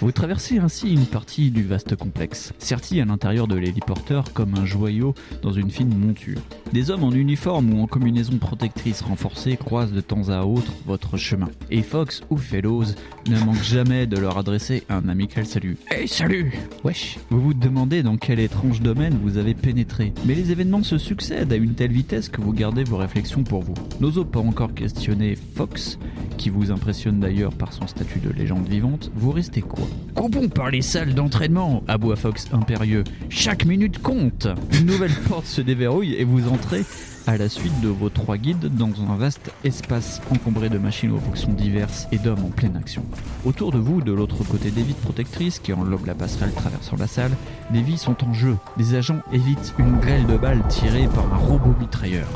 [SPEAKER 4] Vous traversez ainsi une partie du vaste complexe, serti à l'intérieur de l'héliporteur comme un joyau dans une fine monture. Des hommes en uniforme ou en combinaison protectrice renforcée croisent de temps à autre votre chemin. Et Fox ou Fellows ne manque jamais de leur adresser un amical salut. Hey, salut Wesh Vous vous demandez dans quel étrange domaine vous avez pénétré. Mais les événements se succèdent à une telle vitesse que vous gardez vos réflexions pour vous. N'osant pas encore questionner Fox, qui vous impressionne d'ailleurs par son statut de légende vivante, vous restez quoi Coupons par les salles d'entraînement, aboie Fox impérieux. Chaque minute compte Une nouvelle porte se déverrouille et vous entrez à la suite de vos trois guides dans un vaste espace encombré de machines aux fonctions diverses et d'hommes en pleine action. Autour de vous, de l'autre côté des vitres protectrices qui englobent la passerelle traversant la salle, des vies sont en jeu. Des agents évitent une grêle de balles tirée par un robot mitrailleur.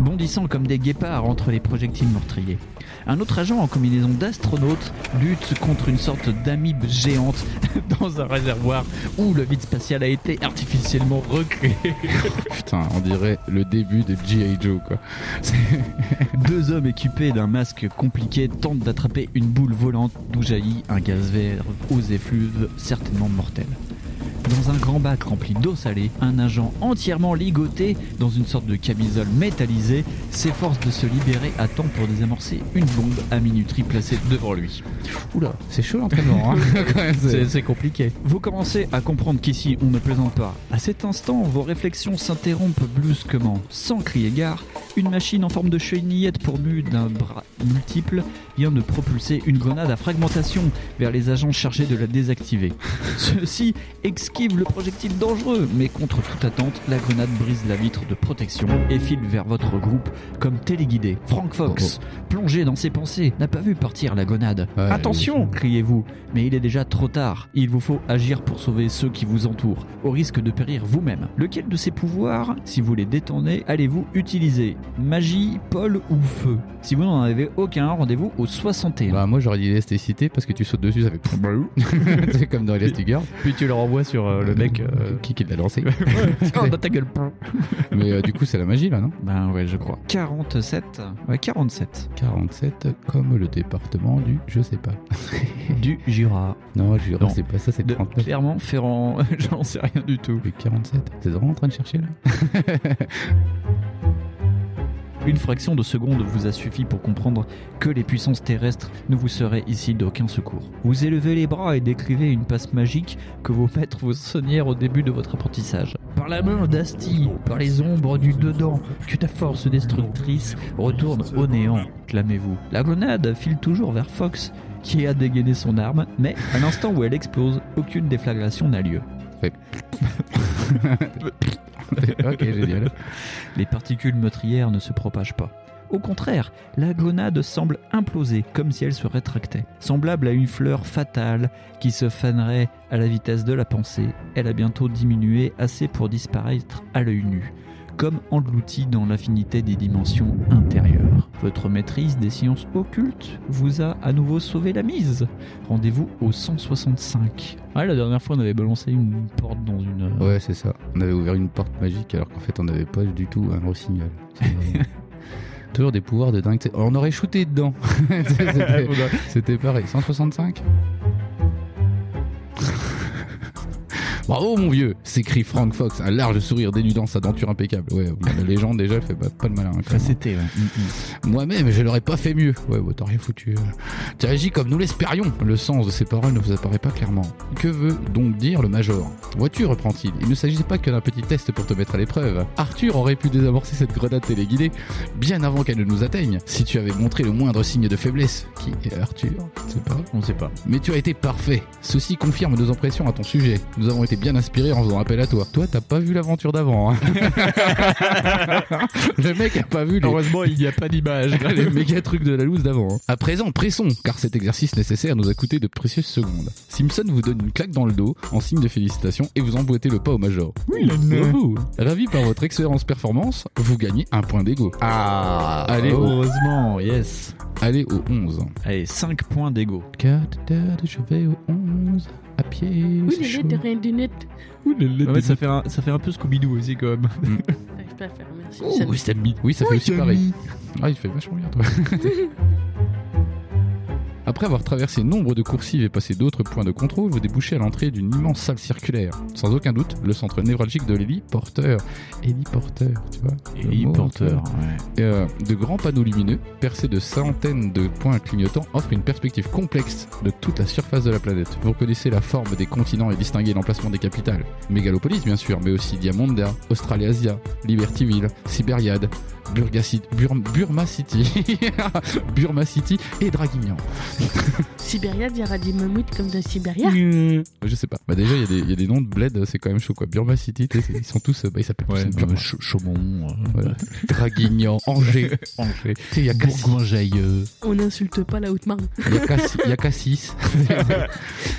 [SPEAKER 4] Bondissant comme des guépards entre les projectiles meurtriers. Un autre agent en combinaison d'astronaute lutte contre une sorte d'amibe géante dans un réservoir où le vide spatial a été artificiellement recréé.
[SPEAKER 3] Putain, on dirait le début de G.I. Joe, quoi.
[SPEAKER 4] Deux hommes équipés d'un masque compliqué tentent d'attraper une boule volante d'où jaillit un gaz vert aux effluves certainement mortel. Dans un grand bac rempli d'eau salée, un agent entièrement ligoté dans une sorte de camisole métallisée s'efforce de se libérer à temps pour désamorcer une bombe à minuterie placée devant lui.
[SPEAKER 3] Oula, c'est chaud l'entraînement, hein. Quand même, c'est-
[SPEAKER 4] compliqué. Vous commencez à comprendre qu'ici on ne plaisante pas. À cet instant, vos réflexions s'interrompent brusquement. Sans crier gare, une machine en forme de chenillette pourvue d'un bras multiple vient de propulser une grenade à fragmentation vers les agents chargés de la désactiver. Ceux-ci esquivent le projectile dangereux, mais contre toute attente, la grenade brise la vitre de protection et file vers votre groupe comme téléguidé. Frank Fox, plongé dans ses pensées, n'a pas vu partir la grenade.
[SPEAKER 3] Oh. Ouais,
[SPEAKER 4] Attention, criez-vous, mais il est déjà trop tard. Il vous faut agir pour sauver ceux qui vous entourent, au risque de périr vous-même. Lequel de ces pouvoirs, si vous les détendez, allez-vous utiliser Magie, pôle ou feu Si vous n'en avez aucun, rendez-vous au 61.
[SPEAKER 3] Bah, moi j'aurais dit élasticité parce que tu sautes dessus, ça fait. c'est comme dans Elastigirl.
[SPEAKER 4] Puis tu Euh, le renvoies sur
[SPEAKER 3] le mec, Euh, Qui, qui l'a lancé
[SPEAKER 4] Oh, dans ta gueule.
[SPEAKER 3] Mais euh, du coup, c'est la magie là, non
[SPEAKER 4] Ben ouais, je crois. 47 Ouais, 47.
[SPEAKER 3] 47, comme le département du je sais pas.
[SPEAKER 4] Du Jura.
[SPEAKER 3] Non, je
[SPEAKER 4] Non.
[SPEAKER 3] sais pas, ça c'est
[SPEAKER 4] De
[SPEAKER 3] 39.
[SPEAKER 4] Clermont Ferrand. J'en sais rien du tout.
[SPEAKER 3] Plus 47. T'es vraiment en train de chercher là
[SPEAKER 4] Une fraction de seconde vous a suffi pour comprendre que les puissances terrestres ne vous seraient ici d'aucun secours. Vous élevez les bras et décrivez une passe magique que vos maîtres vous sonnèrent au début de votre apprentissage. Par la main d'Asti, par les ombres du dedans, que ta force destructrice retourne au néant, clamez-vous. La grenade file toujours vers Fox, qui a dégainé son arme, mais à l'instant où elle explose, aucune déflagration n'a lieu.
[SPEAKER 3] Ok, génial.
[SPEAKER 4] Les particules meurtrières ne se propagent pas. Au contraire, la grenade semble imploser, comme si elle se rétractait. Semblable à une fleur fatale qui se fanerait à la vitesse de la pensée, elle a bientôt diminué assez pour disparaître à l'œil nu, comme engloutie dans l'infinité des dimensions intérieures. Votre maîtrise des sciences occultes vous a à nouveau sauvé la mise. Rendez-vous au 165. Ouais, Ah, la dernière fois, on avait balancé une porte dans une... euh,
[SPEAKER 3] Ouais, c'est ça. On avait ouvert une porte magique alors qu'en fait on n'avait pas du tout un gros signal. C'est- Toujours des pouvoirs de dingue. t'sais. On aurait shooté dedans. C'était- C'était pareil. 165 Bravo mon vieux s'écrie Frank Fox, un large sourire dénudant sa denture impeccable. Ouais, la légende déjà fait pas, pas de malin. hein, quand même.
[SPEAKER 4] C'était, ouais.
[SPEAKER 3] Moi-même, je l'aurais pas fait mieux. Ouais, bah, t'as rien foutu. Tu agis comme nous l'espérions. Le sens de ces paroles ne vous apparaît pas clairement. Que veut donc dire le Major Vois-tu, reprend-il, il ne s'agissait pas que d'un petit test pour te mettre à l'épreuve. Arthur aurait pu désamorcer cette grenade téléguidée bien avant qu'elle ne nous atteigne, si tu avais montré le moindre signe de faiblesse. Qui est Arthur Je sais pas.
[SPEAKER 4] On sait pas.
[SPEAKER 3] Mais tu as été parfait. Ceci confirme nos impressions à ton sujet. Nous avons été bien inspirés en faisant appel à toi. Toi, t'as pas vu l'aventure d'avant. hein. le mec a pas vu les,
[SPEAKER 4] Heureusement, il n'y a pas d'image.
[SPEAKER 3] les méga trucs de la loose d'avant. hein. À présent, pressons, car cet exercice nécessaire nous a coûté de précieuses secondes. Simpson vous donne une claque dans le dos en signe de félicitations et vous emboîtez le pas au Major.
[SPEAKER 4] Oui, il a une-
[SPEAKER 3] Bravo. Ravi par votre excellente performance, vous gagnez un point d'ego.
[SPEAKER 4] Ah, allez,
[SPEAKER 3] Allez, au-
[SPEAKER 4] heureusement, yes.
[SPEAKER 3] Allez au 11.
[SPEAKER 4] Allez, 5 points d'ego.
[SPEAKER 3] je vais au 11. À pied.
[SPEAKER 2] Oui,
[SPEAKER 3] c'est
[SPEAKER 2] les
[SPEAKER 3] chaud. hein.
[SPEAKER 2] lettres de rien du net.
[SPEAKER 4] Ah Ouais, ça fait un, ça fait un peu Scooby-Doo aussi, quand même.
[SPEAKER 2] J'arrive pas à faire, merci.
[SPEAKER 4] Oh,
[SPEAKER 3] Ouh,
[SPEAKER 2] Ça me-
[SPEAKER 3] Sammy. Oui, ça fait aussi pareil. Ah, il fait vachement bien, toi. Après avoir traversé nombre de coursives et passé d'autres points de contrôle, vous débouchez à l'entrée d'une immense salle circulaire. Sans aucun doute, le centre névralgique de l'Eli Porter. Eli Porter, tu vois. le mot,
[SPEAKER 4] Porter, ouais.
[SPEAKER 3] euh, de grands panneaux lumineux, percés de centaines de points clignotants, offrent une perspective complexe de toute la surface de la planète. Vous reconnaissez la forme des continents et distinguez l'emplacement des capitales. Mégalopolis, bien sûr, mais aussi Diamonda, Australasia, Libertyville, Sibériade, Burga Ci- Bur- Burma City, Burma City et Draguignan.
[SPEAKER 2] Sibéria, il y aura des mammouths comme dans Sibéria.
[SPEAKER 3] Je sais pas. Bah déjà, il y a des- il y, a des noms de bled, c'est quand même chaud quoi. Burma City, tu sais, c'est- ils sont tous. euh, Bah, ils s'appellent tous
[SPEAKER 4] Ouais,
[SPEAKER 3] Burma.
[SPEAKER 4] euh, Cha- Chaumont, euh,
[SPEAKER 3] Voilà. Draguignan, Angers.
[SPEAKER 4] Angers,
[SPEAKER 3] Tu sais, il y a Cassis.
[SPEAKER 4] Bourgoin-Jailleux.
[SPEAKER 2] On n'insulte pas la Haute-Marne.
[SPEAKER 3] Il n'y a qu'à 6. Il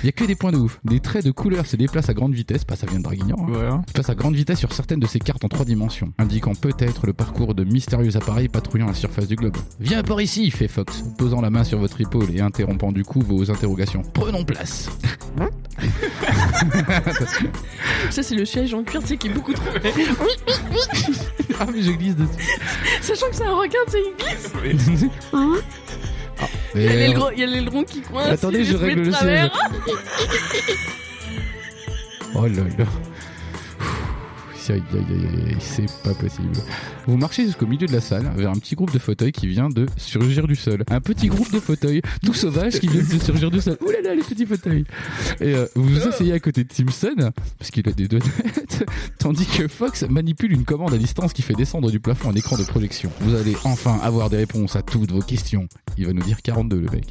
[SPEAKER 3] n'y a que des points de ouf. Des traits de couleur se déplacent à grande vitesse. Pas ça vient de Draguignan. hein.
[SPEAKER 4] Voilà.
[SPEAKER 3] Ils passent à grande vitesse sur certaines de ces cartes en trois dimensions, indiquant peut-être le parcours de mystérieux appareils patrouillant la surface du globe. Viens par ici, fait Fox, posant la main sur votre épaule et interrompant du coup vos interrogations. Prenons place.
[SPEAKER 2] Ça, c'est le siège en cuir, tu sais, qui est beaucoup trop.
[SPEAKER 3] Ah mais je glisse dessus.
[SPEAKER 2] Sachant que c'est un requin, tu sais, il glisse. Il y a
[SPEAKER 3] Mais-
[SPEAKER 2] l'aileron- il y a l'aileron qui coince.
[SPEAKER 3] euh, Attendez,
[SPEAKER 2] il
[SPEAKER 3] je
[SPEAKER 2] se met de
[SPEAKER 3] règle le siège.
[SPEAKER 2] travers.
[SPEAKER 3] Oh là là. Ouh, Aïe, aïe, aïe, aïe, aïe, c'est pas possible. Vous marchez jusqu'au milieu de la salle vers un petit groupe de fauteuils qui vient de surgir du sol. Un petit groupe de fauteuils tout sauvage qui vient de surgir du sol. Ouh là là, les petits fauteuils. Et euh, vous vous asseyez à côté de Simpson, parce qu'il a des deux têtes, tandis que Fox manipule une commande à distance qui fait descendre du plafond un écran de projection. Vous allez enfin avoir des réponses à toutes vos questions. Il va nous dire 42, le mec.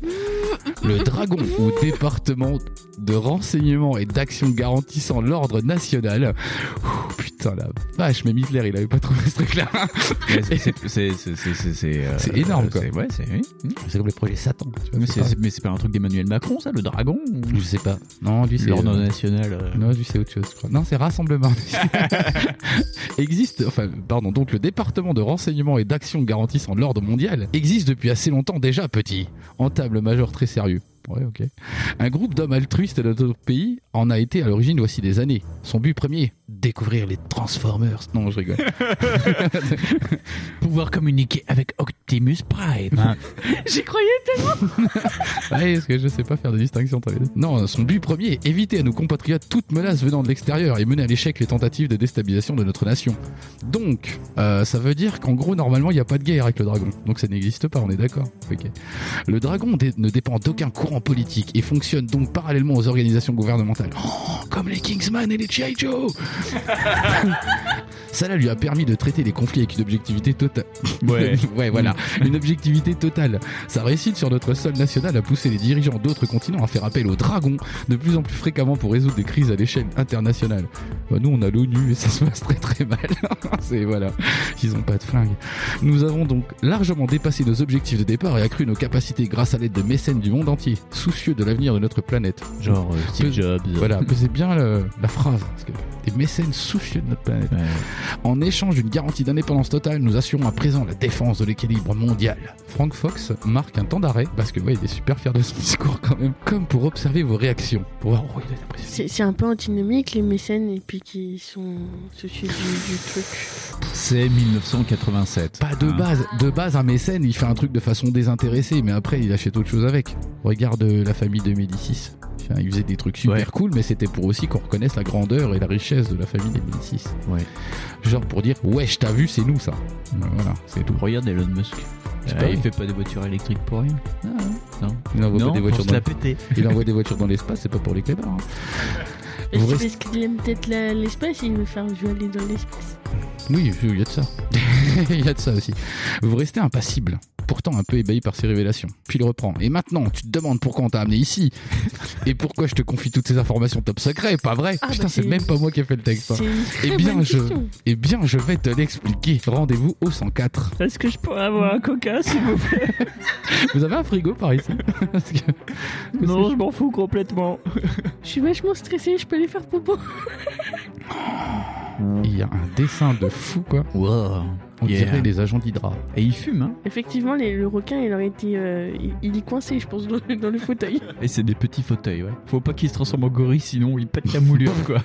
[SPEAKER 3] Le dragon au département de renseignement et d'action garantissant l'ordre national. Ouh, putain la vache, mais Hitler il avait pas trouvé ce truc là.
[SPEAKER 4] Ouais, c'est- c'est- c'est- c'est- c'est- c'est- C'est euh,
[SPEAKER 3] C'est énorme, quoi.
[SPEAKER 4] c'est- Ouais, c'est. oui.
[SPEAKER 3] C'est comme les projets Satan. tu vois,
[SPEAKER 4] Mais
[SPEAKER 3] c'est
[SPEAKER 4] c'est- c'est- mais c'est pas un truc d'Emmanuel Macron, ça, le dragon
[SPEAKER 3] pas- Je sais pas. Non, lui c'est.
[SPEAKER 4] L'ordre
[SPEAKER 3] euh,
[SPEAKER 4] national. euh,
[SPEAKER 3] Non, lui c'est autre chose, je crois. Non, c'est rassemblement. existe, enfin, pardon, donc le département de renseignement et d'action garantissant l'ordre mondial existe depuis assez longtemps déjà, petit. En table major très sérieux. Ouais, ok. Un groupe d'hommes altruistes de notre pays en a été à l'origine voici des années. Son but premier, découvrir les Transformers. Non, je rigole.
[SPEAKER 4] Pouvoir communiquer avec Optimus Prime.
[SPEAKER 2] J'y croyais.
[SPEAKER 3] Ouais, parce que je sais pas faire de distinction entre les deux. Non, son but premier, éviter à nos compatriotes toute menace venant de l'extérieur et mener à l'échec les tentatives de déstabilisation de notre nation. Donc, euh, ça veut dire qu'en gros, normalement, il n'y a pas de guerre avec le dragon. Donc ça n'existe pas, on est d'accord. Ok. Le dragon dé- ne dépend d'aucun courant politique et fonctionne donc parallèlement aux organisations gouvernementales. Oh, comme les Kingsman et les G.I. Joe Cela lui a permis de traiter les conflits avec une objectivité totale.
[SPEAKER 4] Ouais.
[SPEAKER 3] ouais, voilà. Une objectivité totale. Sa réussite sur notre sol national a poussé les dirigeants d'autres continents à faire appel aux dragons de plus en plus fréquemment pour résoudre des crises à l'échelle internationale. Bah, nous, on a l'ONU et ça se passe très très mal. C'est voilà, ils ont pas de flingue. Nous avons donc largement dépassé nos objectifs de départ et accru nos capacités grâce à l'aide de mécènes du monde entier, soucieux de l'avenir de notre planète.
[SPEAKER 4] Genre euh, Steve Jobs.
[SPEAKER 3] Voilà, pesez bien le- la phrase, parce que des mécènes soucieux de notre planète.
[SPEAKER 4] Ouais.
[SPEAKER 3] En échange d'une garantie d'indépendance totale, nous assurons à présent la défense de l'équilibre mondial. Frank Fox marque un temps d'arrêt, parce que ouais, il est super fier de son discours quand même, comme pour observer vos réactions. Pour voir, oh, il est impressionné.
[SPEAKER 2] C'est c'est un peu antinomique les mécènes et puis qui sont soucieux du, du truc.
[SPEAKER 4] C'est 1987.
[SPEAKER 3] Pas de
[SPEAKER 4] Hein.
[SPEAKER 3] base. De base, un mécène, il fait un truc de façon désintéressée, mais après, il achète autre chose avec. Regarde euh, la famille 2006. Enfin, il faisait des trucs super
[SPEAKER 4] Ouais.
[SPEAKER 3] cool, mais c'était pour aussi qu'on reconnaisse la grandeur et la richesse de la famille 2006.
[SPEAKER 4] Ouais.
[SPEAKER 3] Genre pour dire, wesh, t'as vu, c'est nous ça. Voilà, c'est tout.
[SPEAKER 4] Regarde Elon Musk.
[SPEAKER 3] C'est
[SPEAKER 4] Euh,
[SPEAKER 3] pas
[SPEAKER 4] il
[SPEAKER 3] vrai.
[SPEAKER 4] fait pas des voitures électriques pour rien. Non.
[SPEAKER 3] Il envoie,
[SPEAKER 4] Ah. Non,
[SPEAKER 3] pas des,
[SPEAKER 4] pour
[SPEAKER 3] voitures
[SPEAKER 4] se
[SPEAKER 3] dans...
[SPEAKER 4] la péter.
[SPEAKER 3] il envoie des voitures dans l'espace, c'est pas pour les clébards. hein.
[SPEAKER 2] Et
[SPEAKER 3] Vous
[SPEAKER 2] c'est
[SPEAKER 3] restez-
[SPEAKER 2] parce qu'il aime peut-être la- l'espace, il veut faire aller dans l'espace.
[SPEAKER 3] Oui, il y a de ça. il y a de ça aussi. Vous restez impassible, pourtant un peu ébahi par ces révélations. Puis il reprend. Et maintenant, tu te demandes pourquoi on t'a amené ici et pourquoi je te confie toutes ces informations top secret, pas vrai
[SPEAKER 2] Ah,
[SPEAKER 3] Putain,
[SPEAKER 2] bah,
[SPEAKER 3] c'est
[SPEAKER 2] c'est-
[SPEAKER 3] même pas moi qui ai fait le texte. hein.
[SPEAKER 2] C'est une très
[SPEAKER 3] Eh bien,
[SPEAKER 2] bonne
[SPEAKER 3] je-
[SPEAKER 2] question.
[SPEAKER 3] Eh bien, je vais te l'expliquer. Rendez-vous au 104.
[SPEAKER 6] Est-ce que je pourrais avoir un coca, s'il vous plaît
[SPEAKER 3] Vous avez un frigo par ici Parce que-
[SPEAKER 6] Non, je m'en fous complètement.
[SPEAKER 2] Je suis vachement stressée, je peux aller faire popo.
[SPEAKER 3] Il y a un dessin de fou, quoi.
[SPEAKER 4] Wow.
[SPEAKER 3] On
[SPEAKER 4] Yeah.
[SPEAKER 3] dirait les agents d'Hydra.
[SPEAKER 4] Et il fume, hein.
[SPEAKER 2] Effectivement, les- le requin, il aurait été. euh, il, il est coincé, je pense, dans, le- dans le fauteuil.
[SPEAKER 4] Et c'est des petits fauteuils, ouais. Faut pas qu'il se transforme en gorille, sinon il pète la moulure, quoi.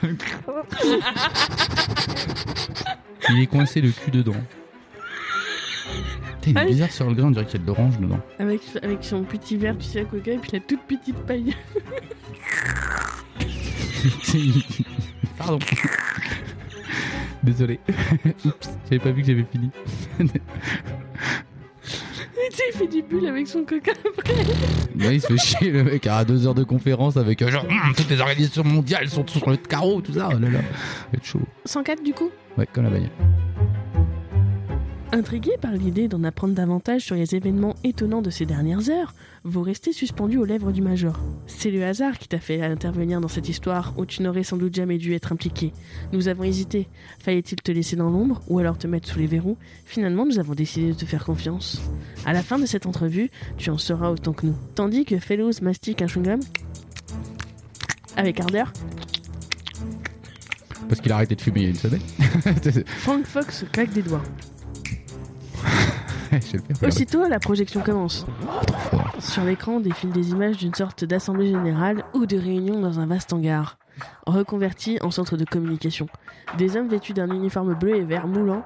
[SPEAKER 3] Il est coincé le cul dedans. Putain, il
[SPEAKER 2] Ah
[SPEAKER 3] est
[SPEAKER 2] oui.
[SPEAKER 3] bizarre sur le grain, on dirait qu'il y a de l'orange dedans.
[SPEAKER 2] Avec, avec son petit verre, tu sais, à coca, et puis la toute petite paille.
[SPEAKER 3] Pardon.
[SPEAKER 4] Désolé.
[SPEAKER 3] Oups, j'avais pas vu que j'avais fini.
[SPEAKER 2] Et tu sais, il fait des bulles avec son coca après.
[SPEAKER 3] Là, il se fait chier, le mec, à deux heures de conférence avec euh, genre Hum, toutes les organisations mondiales sont sur le carreau, tout ça. Oh là là. Ça va être chaud.
[SPEAKER 2] 104 du coup
[SPEAKER 3] Ouais, comme la bagnole.
[SPEAKER 2] Intrigué par l'idée d'en apprendre davantage sur les événements étonnants de ces dernières heures, vous restez suspendu aux lèvres du Major. C'est le hasard qui t'a fait intervenir dans cette histoire où tu n'aurais sans doute jamais dû être impliqué. Nous avons hésité. Fallait-il te laisser dans l'ombre ou alors te mettre sous les verrous Finalement, nous avons décidé de te faire confiance. À la fin de cette entrevue, tu en sauras autant que nous. Tandis que Fellows mastique un chewing-gum avec ardeur,
[SPEAKER 3] Parce qu'il a arrêté de fumer il y a une semaine.
[SPEAKER 2] Frank Fox claque des doigts.
[SPEAKER 3] Je vais le faire.
[SPEAKER 2] Aussitôt, la projection commence.
[SPEAKER 3] fort.
[SPEAKER 2] Sur l'écran défilent des images d'une sorte d'assemblée générale ou de réunion dans un vaste hangar, reconverti en centre de communication. Des hommes vêtus d'un uniforme bleu et vert moulant.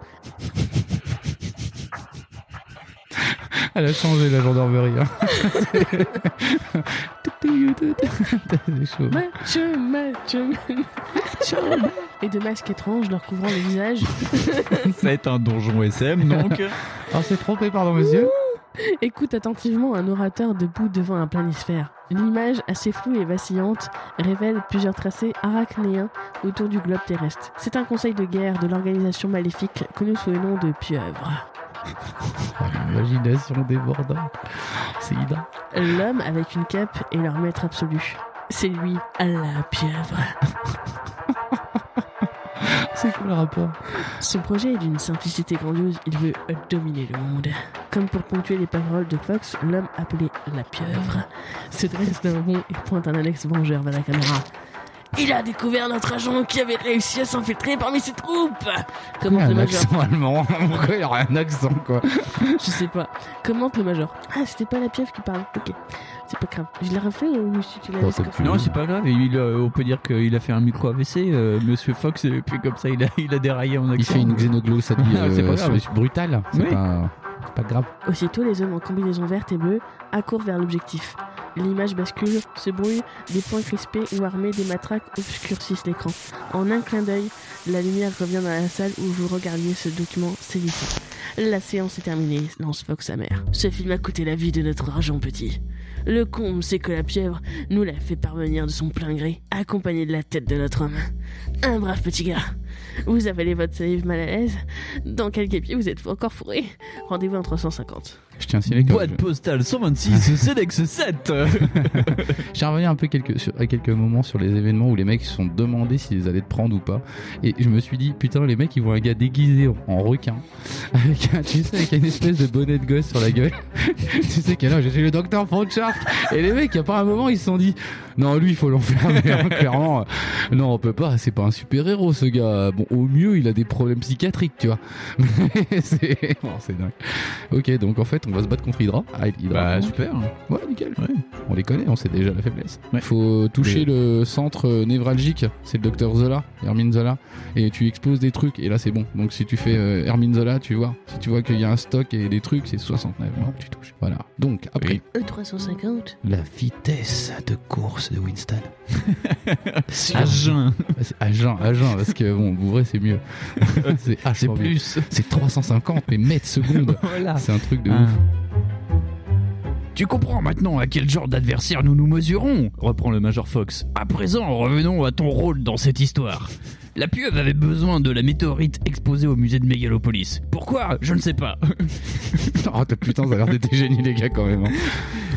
[SPEAKER 3] Elle a changé la gendarmerie. hein. C'est chaud.
[SPEAKER 2] Match, match, match. Et de masques étranges leur couvrant le visage
[SPEAKER 4] Ça être un donjon SM, donc.
[SPEAKER 3] Ah, c'est trompé, pardon, monsieur.
[SPEAKER 2] Écoute attentivement un orateur debout devant un planisphère. L'image, assez floue et vacillante, révèle plusieurs tracés arachnéens autour du globe terrestre. C'est un conseil de guerre de l'organisation maléfique connue sous le nom de Pieuvre.
[SPEAKER 3] Imagination débordante. C'est Ida.
[SPEAKER 2] L'homme avec une cape est leur maître absolu. C'est lui, la Pieuvre.
[SPEAKER 3] C'est quoi le rapport
[SPEAKER 2] Son projet est d'une simplicité grandiose, il veut dominer le monde. Comme pour ponctuer les paroles de Fox, l'homme appelé la pieuvre se dresse d'un bond et pointe un annexe vengeur vers la caméra. Il a découvert notre agent qui avait réussi à s'infiltrer parmi ses troupes Commente le
[SPEAKER 3] Un
[SPEAKER 2] major.
[SPEAKER 3] accent allemand. Pourquoi il aurait un accent, quoi
[SPEAKER 2] Je sais pas. Commente le major. Ah, c'était pas la pieuvre qui parle. Ok. C'est pas grave. Je l'ai refait ou si tu l'as
[SPEAKER 3] Oh,
[SPEAKER 2] laissé
[SPEAKER 3] comme
[SPEAKER 2] comme
[SPEAKER 3] tu
[SPEAKER 2] ça
[SPEAKER 4] Non, c'est pas grave. Et il, euh, on peut dire qu'il a fait un micro AVC, euh, Monsieur Fox, et puis comme ça, il a, il a déraillé en accent.
[SPEAKER 3] Il fait une xénoglossadie
[SPEAKER 4] Ah, c'est pas grave.
[SPEAKER 3] euh, brutale. C'est
[SPEAKER 4] Oui.
[SPEAKER 3] pas, c'est pas grave.
[SPEAKER 2] Aussitôt, les hommes en combinaison verte et bleue accourent vers l'objectif. L'image bascule, se brouille, des points crispés ou armés des matraques obscurcissent l'écran. En un clin d'œil, la lumière revient dans la salle où vous regardiez ce document saisissant. La séance est terminée, lance Fox sa mère. Ce film a coûté la vie de notre argent petit. Le comble, c'est que la pieuvre nous l'a fait parvenir de son plein gré, accompagnée de la tête de notre homme. Un brave petit gars. Vous avalez votre salive mal à l'aise. Dans quelques pieds, vous êtes encore fourré. Rendez-vous en 350.
[SPEAKER 3] Je tiens à signaler que
[SPEAKER 4] Boîte postale 126, Sedex 7
[SPEAKER 3] J'ai revenu un peu quelques, sur- à quelques moments sur les événements où les mecs se sont demandés s'ils allaient te prendre ou pas. Et je me suis dit, putain, les mecs, ils voient un gars déguisé en- en requin, avec, un, tu sais, avec une espèce de bonnet de gosse sur la gueule. tu sais qu'il y en a, j'étais le docteur Franchard. Et les mecs, à part un moment, ils se sont dit, non, lui, il faut l'enfermer, hein, clairement. Non, on peut pas, c'est pas un super-héros, ce gars. Bon, au mieux, il a des problèmes psychiatriques, tu vois. Mais c'est bon, c'est dingue. Ok, donc en fait, on va se battre contre Hydra. Ah, Hydra.
[SPEAKER 4] Bah
[SPEAKER 3] bon,
[SPEAKER 4] super
[SPEAKER 3] Ouais, nickel.
[SPEAKER 4] Ouais.
[SPEAKER 3] On les connaît, on sait déjà la faiblesse.
[SPEAKER 4] Ouais.
[SPEAKER 3] Faut toucher le centre euh, névralgique, c'est le docteur Zola, Hermine Zola, et tu exposes des trucs, et là c'est bon. Donc si tu fais euh, Hermine Zola, tu vois, si tu vois qu'il y a un stock et des trucs, c'est 69, hop, tu touches. Voilà. Donc après,
[SPEAKER 4] Oui.
[SPEAKER 2] Euh, E350.
[SPEAKER 3] la vitesse de course de Winston. Sur-
[SPEAKER 4] À jeun.
[SPEAKER 3] C'est à jeun, à jeun, parce que bon, Bouvray c'est mieux. Ah, c'est H
[SPEAKER 4] C'est
[SPEAKER 3] pour mieux.
[SPEAKER 4] plus
[SPEAKER 3] C'est 350, mais mètres secondes.
[SPEAKER 4] Voilà
[SPEAKER 3] C'est un truc de
[SPEAKER 4] Ah.
[SPEAKER 3] ouf.
[SPEAKER 4] Tu comprends maintenant à quel genre d'adversaire nous nous mesurons reprend le Major Fox. À présent, revenons à ton rôle dans cette histoire. La pieuvre avait besoin de la météorite exposée au musée de Mégalopolis. Pourquoi Je ne sais pas.
[SPEAKER 3] Oh putain, ça a l'air d'être des génies les gars quand même. hein.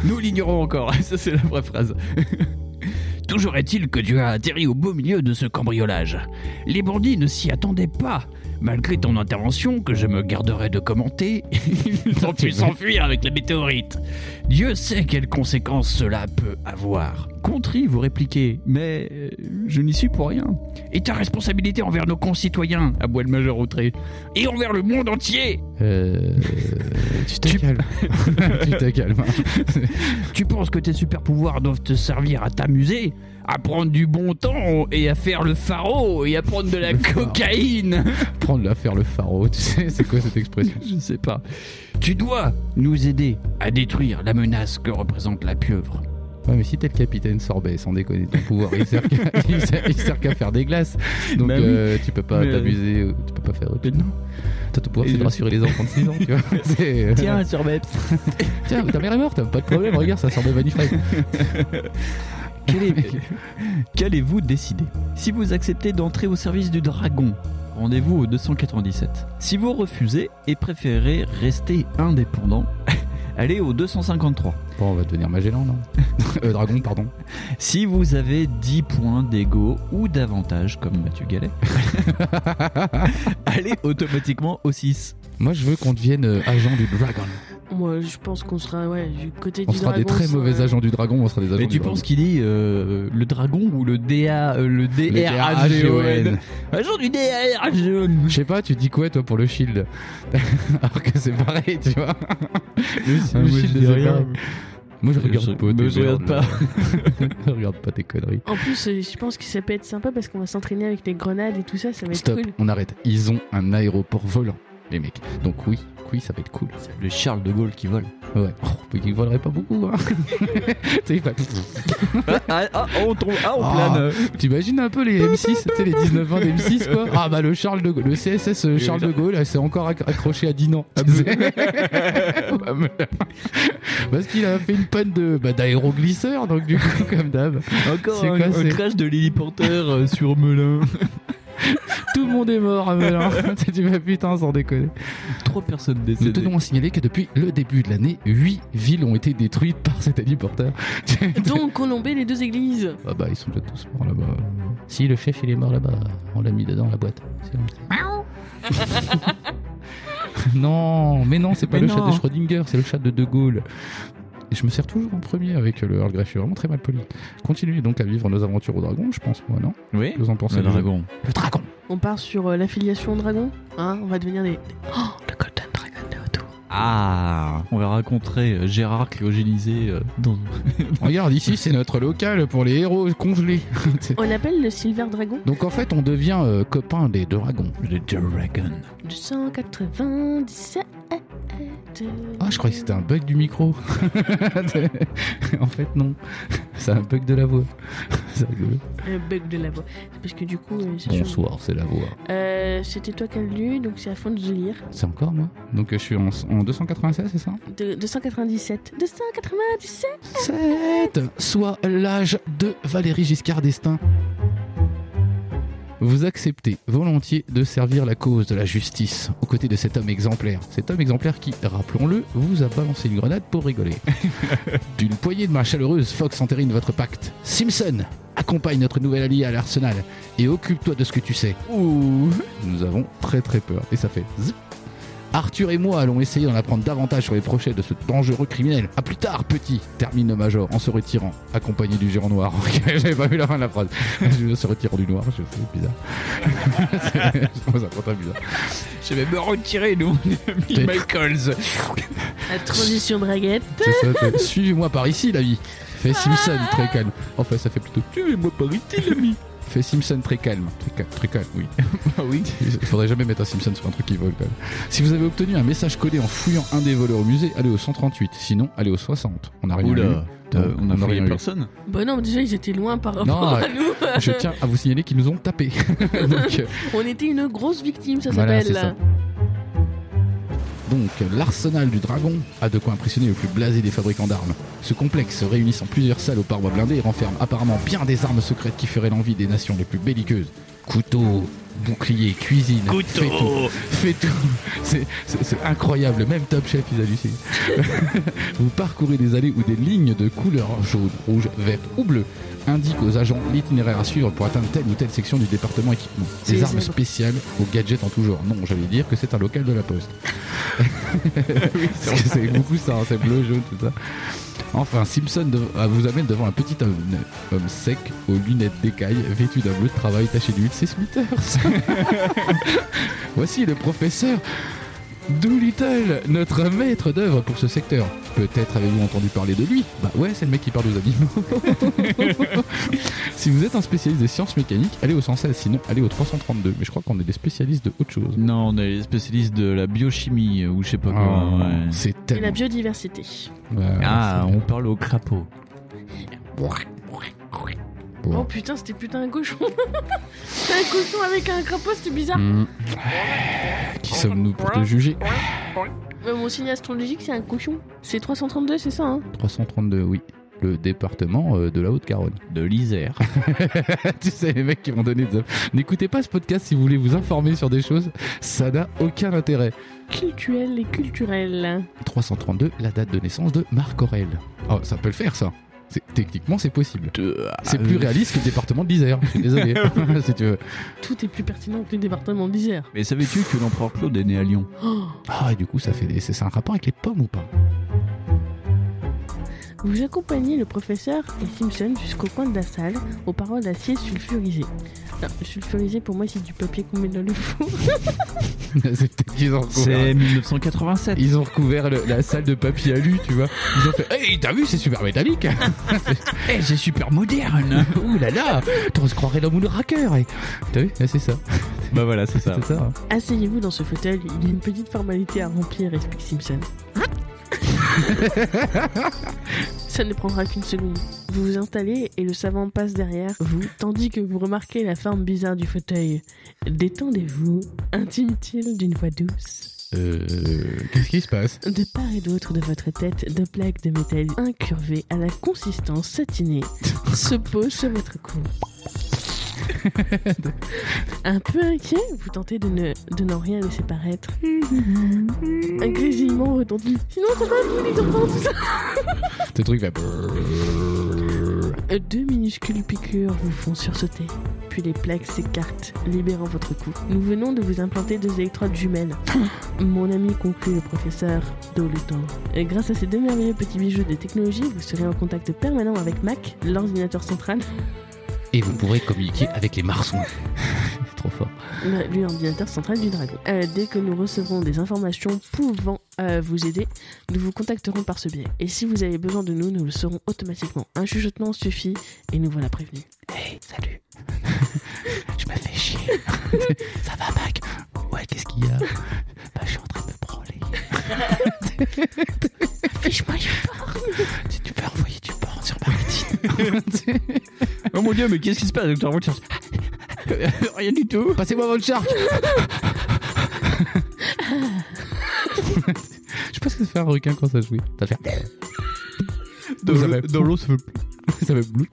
[SPEAKER 4] Nous l'ignorons encore. Ça, c'est la vraie phrase. Toujours est-il que tu as atterri au beau milieu de ce cambriolage. Les bandits ne s'y attendaient pas. Malgré ton intervention, que je me garderai de commenter, ils ont pu s'enfuir avec la météorite. Dieu sait quelles conséquences cela peut avoir. Contrit, vous répliquez, mais euh, je n'y suis pour rien. Et ta responsabilité envers nos concitoyens, aboie le major outré, et envers le monde entier
[SPEAKER 3] Euh, tu te
[SPEAKER 4] Tu-
[SPEAKER 3] calmes. tu te calmes. hein.
[SPEAKER 4] Tu penses que tes super pouvoirs doivent te servir à t'amuser, à prendre du bon temps et à faire le pharaon et à prendre de la
[SPEAKER 3] Le pharo.
[SPEAKER 4] cocaïne
[SPEAKER 3] Prendre l'affaire le pharo, tu sais, c'est quoi cette expression
[SPEAKER 4] Je sais pas. Tu dois nous aider à détruire la menace que représente la pieuvre.
[SPEAKER 3] Ouais, mais si t'es le capitaine Sorbet, sans déconner, ton pouvoir, il sert qu'à il sert- il sert qu'à faire des glaces. Donc
[SPEAKER 4] Bah oui.
[SPEAKER 3] euh, tu peux pas
[SPEAKER 4] Mais, euh,
[SPEAKER 3] t'amuser, ou tu peux pas faire autre chose.
[SPEAKER 4] non.
[SPEAKER 3] Toi, ton pouvoir,
[SPEAKER 4] Et
[SPEAKER 3] c'est de
[SPEAKER 4] je-
[SPEAKER 3] rassurer les enfants de 6 ans, tu vois. C'est, euh,
[SPEAKER 6] sur
[SPEAKER 3] Tiens, ta mère est morte, pas de problème, regarde, ça sort de Vanny Fry.
[SPEAKER 4] Qu'allez-vous décider Si vous acceptez d'entrer au service du dragon, rendez-vous au 297. Si vous refusez et préférez rester indépendant, allez au 253.
[SPEAKER 3] Bon, on va devenir Magellan, non Euh, Dragon, pardon.
[SPEAKER 4] Si vous avez 10 points d'ego ou davantage, comme Mathieu Gallet, allez automatiquement au 6.
[SPEAKER 3] Moi, je veux qu'on devienne euh, agent du dragon.
[SPEAKER 2] Moi, je pense qu'on sera ouais, du côté
[SPEAKER 3] On
[SPEAKER 2] du
[SPEAKER 3] sera des
[SPEAKER 2] dragon, euh,
[SPEAKER 3] très
[SPEAKER 2] ça-
[SPEAKER 3] mauvais agents du dragon, on sera des agents
[SPEAKER 4] Mais
[SPEAKER 3] du
[SPEAKER 4] tu
[SPEAKER 3] dragon.
[SPEAKER 4] penses qu'il dit euh, le dragon ou le DA, euh, le
[SPEAKER 3] Les
[SPEAKER 4] DRAGON
[SPEAKER 3] DRAGON.
[SPEAKER 4] Agent du DRAGON
[SPEAKER 3] E Je sais pas, tu dis quoi toi pour le shield Alors que c'est pareil, tu vois. Le,
[SPEAKER 4] Ah, moi, je dis
[SPEAKER 3] c'est
[SPEAKER 4] rien.
[SPEAKER 3] pareil. Moi je
[SPEAKER 4] Je-
[SPEAKER 3] regarde pas.
[SPEAKER 4] mais
[SPEAKER 3] tes
[SPEAKER 4] je
[SPEAKER 3] merdes,
[SPEAKER 4] regarde
[SPEAKER 3] là. je regarde pas tes conneries.
[SPEAKER 2] En plus, euh, je pense que ça peut être sympa parce qu'on va s'entraîner avec les grenades et tout ça, ça va être
[SPEAKER 3] Stop,
[SPEAKER 2] cool.
[SPEAKER 3] on arrête. Ils ont un aéroport volant, les mecs. Donc oui, oui, ça va être cool.
[SPEAKER 4] Le Charles de Gaulle qui vole.
[SPEAKER 3] Ouais. Oh, mais ils voleraient pas beaucoup. Hein. Tu sais, il va-
[SPEAKER 4] Ah, ah, ah, on tombe, ah, on
[SPEAKER 3] Ah.
[SPEAKER 4] plane
[SPEAKER 3] T'imagines un peu les M6, tu sais, les 19 ans M6 quoi Ah bah le Charles de Gaulle, le CSS euh, Charles de Gaulle, elle s'est encore acc- accroché à Dinan. tu sais. Bah, merde. Parce qu'il a fait une panne de bah, d'aéroglisseur, donc du coup comme d'hab,
[SPEAKER 4] Encore
[SPEAKER 3] C'est
[SPEAKER 4] un,
[SPEAKER 3] quoi,
[SPEAKER 4] un
[SPEAKER 3] c'est-
[SPEAKER 4] crash de l'héliporteur euh, sur Melun.
[SPEAKER 3] tout le monde est mort à Melun. Tu dis, bah, putain sans déconner.
[SPEAKER 4] Trois personnes
[SPEAKER 3] Nous
[SPEAKER 4] décédées.
[SPEAKER 3] tenons à signaler que depuis le début de l'année, 8 villes ont été détruites par cet héliporteur.
[SPEAKER 2] Donc, Colombé, les deux églises.
[SPEAKER 3] Ah bah ils sont peut-être tous morts là-bas. Si le chef il est mort là-bas, on l'a mis dedans la boîte. C'est bon. non, mais non, c'est pas
[SPEAKER 4] Mais
[SPEAKER 3] le
[SPEAKER 4] non.
[SPEAKER 3] chat de Schrödinger, c'est le chat de De Gaulle. Et je me sers toujours en premier avec euh, le Earl Grey, je suis vraiment très mal poli. Continuez donc à vivre nos aventures au dragon, je pense, moi, non
[SPEAKER 4] Oui
[SPEAKER 3] Que vous en pensez les gens Le dragon
[SPEAKER 2] On part sur euh, l'affiliation au dragon. Hein, on va devenir des. Oh, le Golden Dragon de retour.
[SPEAKER 4] Ah On va raconter euh, Gérard cryogénisé euh, dans...
[SPEAKER 3] Regarde, ici, c'est notre local pour les héros congelés.
[SPEAKER 2] On l'appelle le Silver Dragon
[SPEAKER 3] donc en fait, on devient euh, copain des dragons.
[SPEAKER 4] Le Dragon.
[SPEAKER 2] 297.
[SPEAKER 3] Ah, je croyais que c'était un bug du micro. en fait, non. C'est un bug de la voix. C'est rigolo.
[SPEAKER 2] Un Euh, bug de la voix. C'est parce que du coup, euh, c'est chaud.
[SPEAKER 3] Bonsoir, c'est la voix.
[SPEAKER 2] Euh, C'était toi qui as lu, donc c'est à fond de lire.
[SPEAKER 3] C'est encore moi Donc euh, je suis en, en 296, c'est ça
[SPEAKER 2] De- 297. 297
[SPEAKER 3] 7 Soit l'âge de Valérie Giscard d'Estaing. Vous acceptez volontiers de servir la cause de la justice aux côtés de cet homme exemplaire. Cet homme exemplaire qui, rappelons-le, vous a balancé une grenade pour rigoler. D'une poignée de main chaleureuse, Fox entérine votre pacte. Simpson, accompagne notre nouvel allié à l'arsenal et occupe-toi de ce que tu sais. Ouh Nous avons très très peur et ça fait zip. Arthur et moi allons essayer d'en apprendre davantage sur les projets de ce dangereux criminel. À plus tard, petit termine le major en se retirant, accompagné du géant noir. Ok, J'avais pas vu la fin de la phrase. Je se retirant du noir, je c'est bizarre. C'est- je trouve ça très bizarre.
[SPEAKER 4] Je vais me retirer, nous,
[SPEAKER 3] T'es-
[SPEAKER 4] Michaels.
[SPEAKER 2] La transition draguette.
[SPEAKER 3] C'est ça, c'est- Suivez-moi par ici, l'ami. Fait Simpson très calme. Enfin, ça fait plutôt Suivez-moi par ici, l'ami. Fait Simpson très calme. Très calme, très calme, oui.
[SPEAKER 4] Ah oui.
[SPEAKER 3] Il faudrait jamais mettre un Simpson sur un truc qui vole quand même. Si vous avez obtenu un message codé en fouillant un des voleurs au musée, allez au 138. Sinon, allez au 60. On
[SPEAKER 4] Ah,
[SPEAKER 3] n'a rien eu.
[SPEAKER 4] Oula, Euh,
[SPEAKER 3] Non,
[SPEAKER 4] on a
[SPEAKER 3] rien
[SPEAKER 4] fouillé
[SPEAKER 3] eu.
[SPEAKER 4] personne.
[SPEAKER 2] Bon, non, déjà, ils étaient loin par rapport
[SPEAKER 3] Non,
[SPEAKER 2] à nous.
[SPEAKER 3] Je tiens à vous signaler qu'ils nous ont tapé. Donc, euh,
[SPEAKER 2] On était une grosse victime, ça
[SPEAKER 3] Voilà,
[SPEAKER 2] s'appelle.
[SPEAKER 3] c'est ça. Donc, l'arsenal du dragon a de quoi impressionner le plus blasé des fabricants d'armes. Ce complexe, réunissant plusieurs salles aux parois blindées, renferme apparemment bien des armes secrètes qui feraient l'envie des nations les plus belliqueuses. Couteaux, boucliers, cuisine, fait tout.
[SPEAKER 5] Couteau
[SPEAKER 3] fait tout. C'est- C'est c'est incroyable. Même Top Chef, ils hallucinent. Vous parcourez des allées où des lignes de couleur jaune, rouge, verte ou bleue indiquent aux agents l'itinéraire à suivre pour atteindre telle ou telle section du département équipement.
[SPEAKER 2] C'est
[SPEAKER 3] Des
[SPEAKER 2] les
[SPEAKER 3] armes
[SPEAKER 2] zèbres.
[SPEAKER 3] spéciales aux gadgets en tout genre. Non, j'allais dire que c'est un local de la poste. Parce que c'est beaucoup ça, hein, c'est bleu, jaune, tout ça. Enfin, Simpson dev- ah, vous amène devant un petit homme, homme sec aux lunettes d'écaille, vêtu d'un bleu de travail taché d'huile. C'est Smithers Voici le professeur Doolittle, notre maître d'œuvre pour ce secteur. Peut-être avez-vous entendu parler de lui Bah ouais, c'est le mec qui parle aux animaux. si vous êtes un spécialiste des sciences mécaniques, allez au 116, sinon allez au 332. Mais je crois qu'on est des spécialistes de autre chose.
[SPEAKER 4] Non, on est les spécialistes de la biochimie euh, ou je sais pas quoi. ouais.
[SPEAKER 3] Ah, C'est
[SPEAKER 2] Et euh, la
[SPEAKER 3] tellement.
[SPEAKER 2] biodiversité.
[SPEAKER 3] Ouais,
[SPEAKER 4] Ah,
[SPEAKER 3] c'est-
[SPEAKER 4] on parle au crapaud.
[SPEAKER 3] Bon.
[SPEAKER 2] Oh putain, c'était putain un cochon. C'était un cochon avec un crapaud, c'était bizarre.
[SPEAKER 4] Mm.
[SPEAKER 3] Hmm. Qui sommes-nous pour te juger
[SPEAKER 2] Mais Euh, mon signe astrologique, c'est un cochon. C'est 332, c'est ça, hein
[SPEAKER 3] 332, oui. Le département euh, de la Haute-Garonne.
[SPEAKER 4] De l'Isère.
[SPEAKER 3] tu sais, les mecs qui m'ont donné des... N'écoutez pas ce podcast si vous voulez vous informer sur des choses. Ça n'a aucun intérêt.
[SPEAKER 2] Cultuel et culturel.
[SPEAKER 3] 332, la date de naissance de Marc Aurel. Oh, ça peut le faire, ça. C'est- Techniquement, c'est possible.
[SPEAKER 4] Ah,
[SPEAKER 3] C'est
[SPEAKER 4] euh,
[SPEAKER 3] plus réaliste que le département de l'Isère. Je suis désolé. si tu veux.
[SPEAKER 2] Tout est plus pertinent que le département d'Isère.
[SPEAKER 4] Mais savais-tu que l'empereur Claude est né à Lyon
[SPEAKER 2] Oh,
[SPEAKER 3] Ah, et du coup, ça fait des... c'est c'est un rapport avec les pommes ou pas
[SPEAKER 2] Vous accompagnez le professeur et Simpson jusqu'au coin de la salle, aux parois d'acier sulfurisé. Non, sulfurisé pour moi c'est du papier qu'on met dans le four.
[SPEAKER 3] C'est peut-être qu'ils ont recouvert.
[SPEAKER 4] C'est 1987.
[SPEAKER 3] Ils ont recouvert le- la salle de papier alu, tu vois. Ils ont fait Hey, t'as vu, c'est super métallique
[SPEAKER 4] Eh, c'est super moderne
[SPEAKER 3] Ouh là là On se croirait dans Moonraker et... T'as vu Ah, C'est ça.
[SPEAKER 4] Bah voilà, c'est ça.
[SPEAKER 3] C'est ça. hein.
[SPEAKER 2] Asseyez-vous dans ce fauteuil, il y a une petite formalité à remplir, explique Simpson. Ça ne prendra qu'une seconde. Vous vous installez et le savant passe derrière vous, tandis que vous remarquez la forme bizarre du fauteuil. Détendez-vous, intime-t-il d'une voix douce.
[SPEAKER 3] Euh, Qu'est-ce qui se passe
[SPEAKER 2] De part et d'autre de votre tête, deux plaques de métal incurvées à la consistance satinée se posent sur votre cou. Un peu inquiet, vous tentez de ne de n'en rien laisser paraître. Un grésillement retentit. Sinon, ça va, vous les enfants, tout ça.
[SPEAKER 3] Ce truc va... brrrr.
[SPEAKER 2] Euh, Deux minuscules piqûres vous font sursauter. Puis les plaques s'écartent, libérant votre cou. Nous venons de vous implanter deux électrodes jumelles. Mon ami conclut le professeur Doluton. Et Grâce à ces deux merveilleux petits bijoux de technologie, vous serez en contact permanent avec Mac, l'ordinateur central.
[SPEAKER 3] Et vous pourrez communiquer avec les marsouins. C'est trop fort.
[SPEAKER 2] Le- l'ordinateur central du dragon. Euh, dès que nous recevrons des informations pouvant euh, vous aider, nous vous contacterons par ce biais. Et si vous avez besoin de nous, nous le saurons automatiquement. Un chuchotement suffit et nous voilà prévenus.
[SPEAKER 3] Hey, salut. je me fais chier. ça va, Mac Ouais, qu'est-ce qu'il y a Bah, je suis en train de me branler.
[SPEAKER 2] Fiche-moi du porc
[SPEAKER 3] Si tu peux envoyer du porn sur Martine.
[SPEAKER 4] Oh mon dieu, mais qu'est-ce qui se passe, docteur Watchers
[SPEAKER 3] Euh,
[SPEAKER 4] Rien du tout.
[SPEAKER 3] Passez-moi votre shark Je sais pas ce que ça fait un requin quand ça jouit. Ça fait...
[SPEAKER 4] Dans
[SPEAKER 3] Vous
[SPEAKER 4] le-
[SPEAKER 3] avez-
[SPEAKER 4] dans l'eau, ça fait
[SPEAKER 3] Ça fait blou.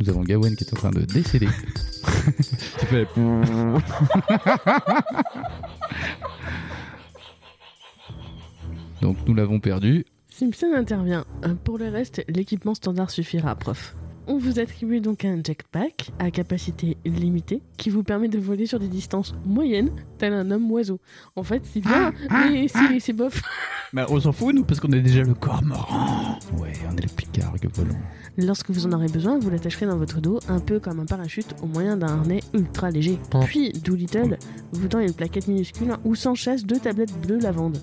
[SPEAKER 3] Nous avons Gawain qui est en train de décéder. tu fais la pou- Donc nous l'avons perdu.
[SPEAKER 2] Simpson intervient. Euh, Pour le reste, l'équipement standard suffira, prof. On vous attribue donc un jetpack à capacité limitée qui vous permet de voler sur des distances moyennes, tel un homme oiseau. En fait, c'est bien, mais c'est- c'est bof.
[SPEAKER 4] Bah, on s'en fout, nous, parce qu'on a déjà le corps mort.
[SPEAKER 3] Ouais, on est le picard volant.
[SPEAKER 2] Lorsque vous en aurez besoin, vous l'attacherez dans votre dos, un peu comme un parachute au moyen d'un harnais ultra léger. Puis, Doolittle vous tend une plaquette minuscule où s'enchassent deux tablettes bleues lavande.